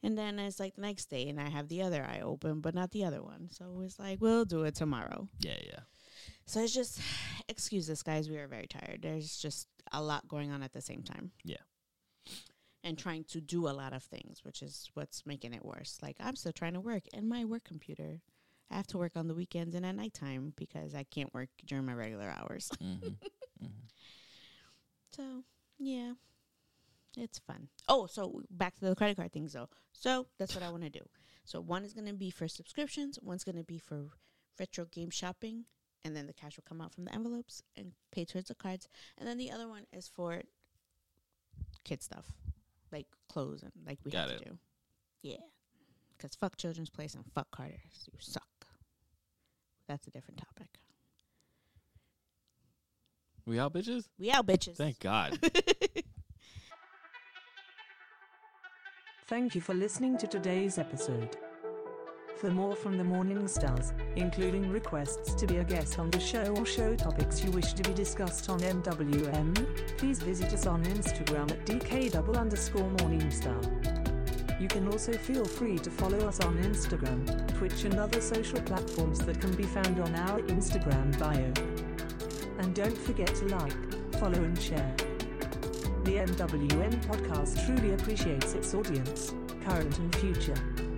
and then it's like the next day, and I have the other eye open, but not the other one, so it's like we'll do it tomorrow.
Yeah, yeah.
So it's just <sighs> excuse us, guys. We are very tired. There's just a lot going on at the same time.
Yeah.
And trying to do a lot of things, which is what's making it worse. Like I'm still trying to work in my work computer. I have to work on the weekends and at nighttime because I can't work during my regular hours.
Mhm.
So yeah. It's fun. Oh, so back to the credit card things though. So that's what I want to do. So one is gonna be for subscriptions, one's gonna be for retro game shopping, and then the cash will come out from the envelopes and pay towards the cards. And then the other one is for kid stuff, like clothes and like we
Got
have
it.
to do. Yeah, because fuck Children's Place and fuck Carter's, you suck. That's a different topic.
<laughs> We out, bitches?
We out, bitches.
Thank God.
Thank you for listening to today's episode. For more from the Morning Stars, including requests to be a guest on the show or show topics you wish to be discussed on MWM, please visit us on Instagram at DK double underscore Morningstar. You can also feel free to follow us on Instagram, Twitch, and other social platforms that can be found on our Instagram bio. And don't forget to like, follow, and share. The MWM podcast truly appreciates its audience, current and future.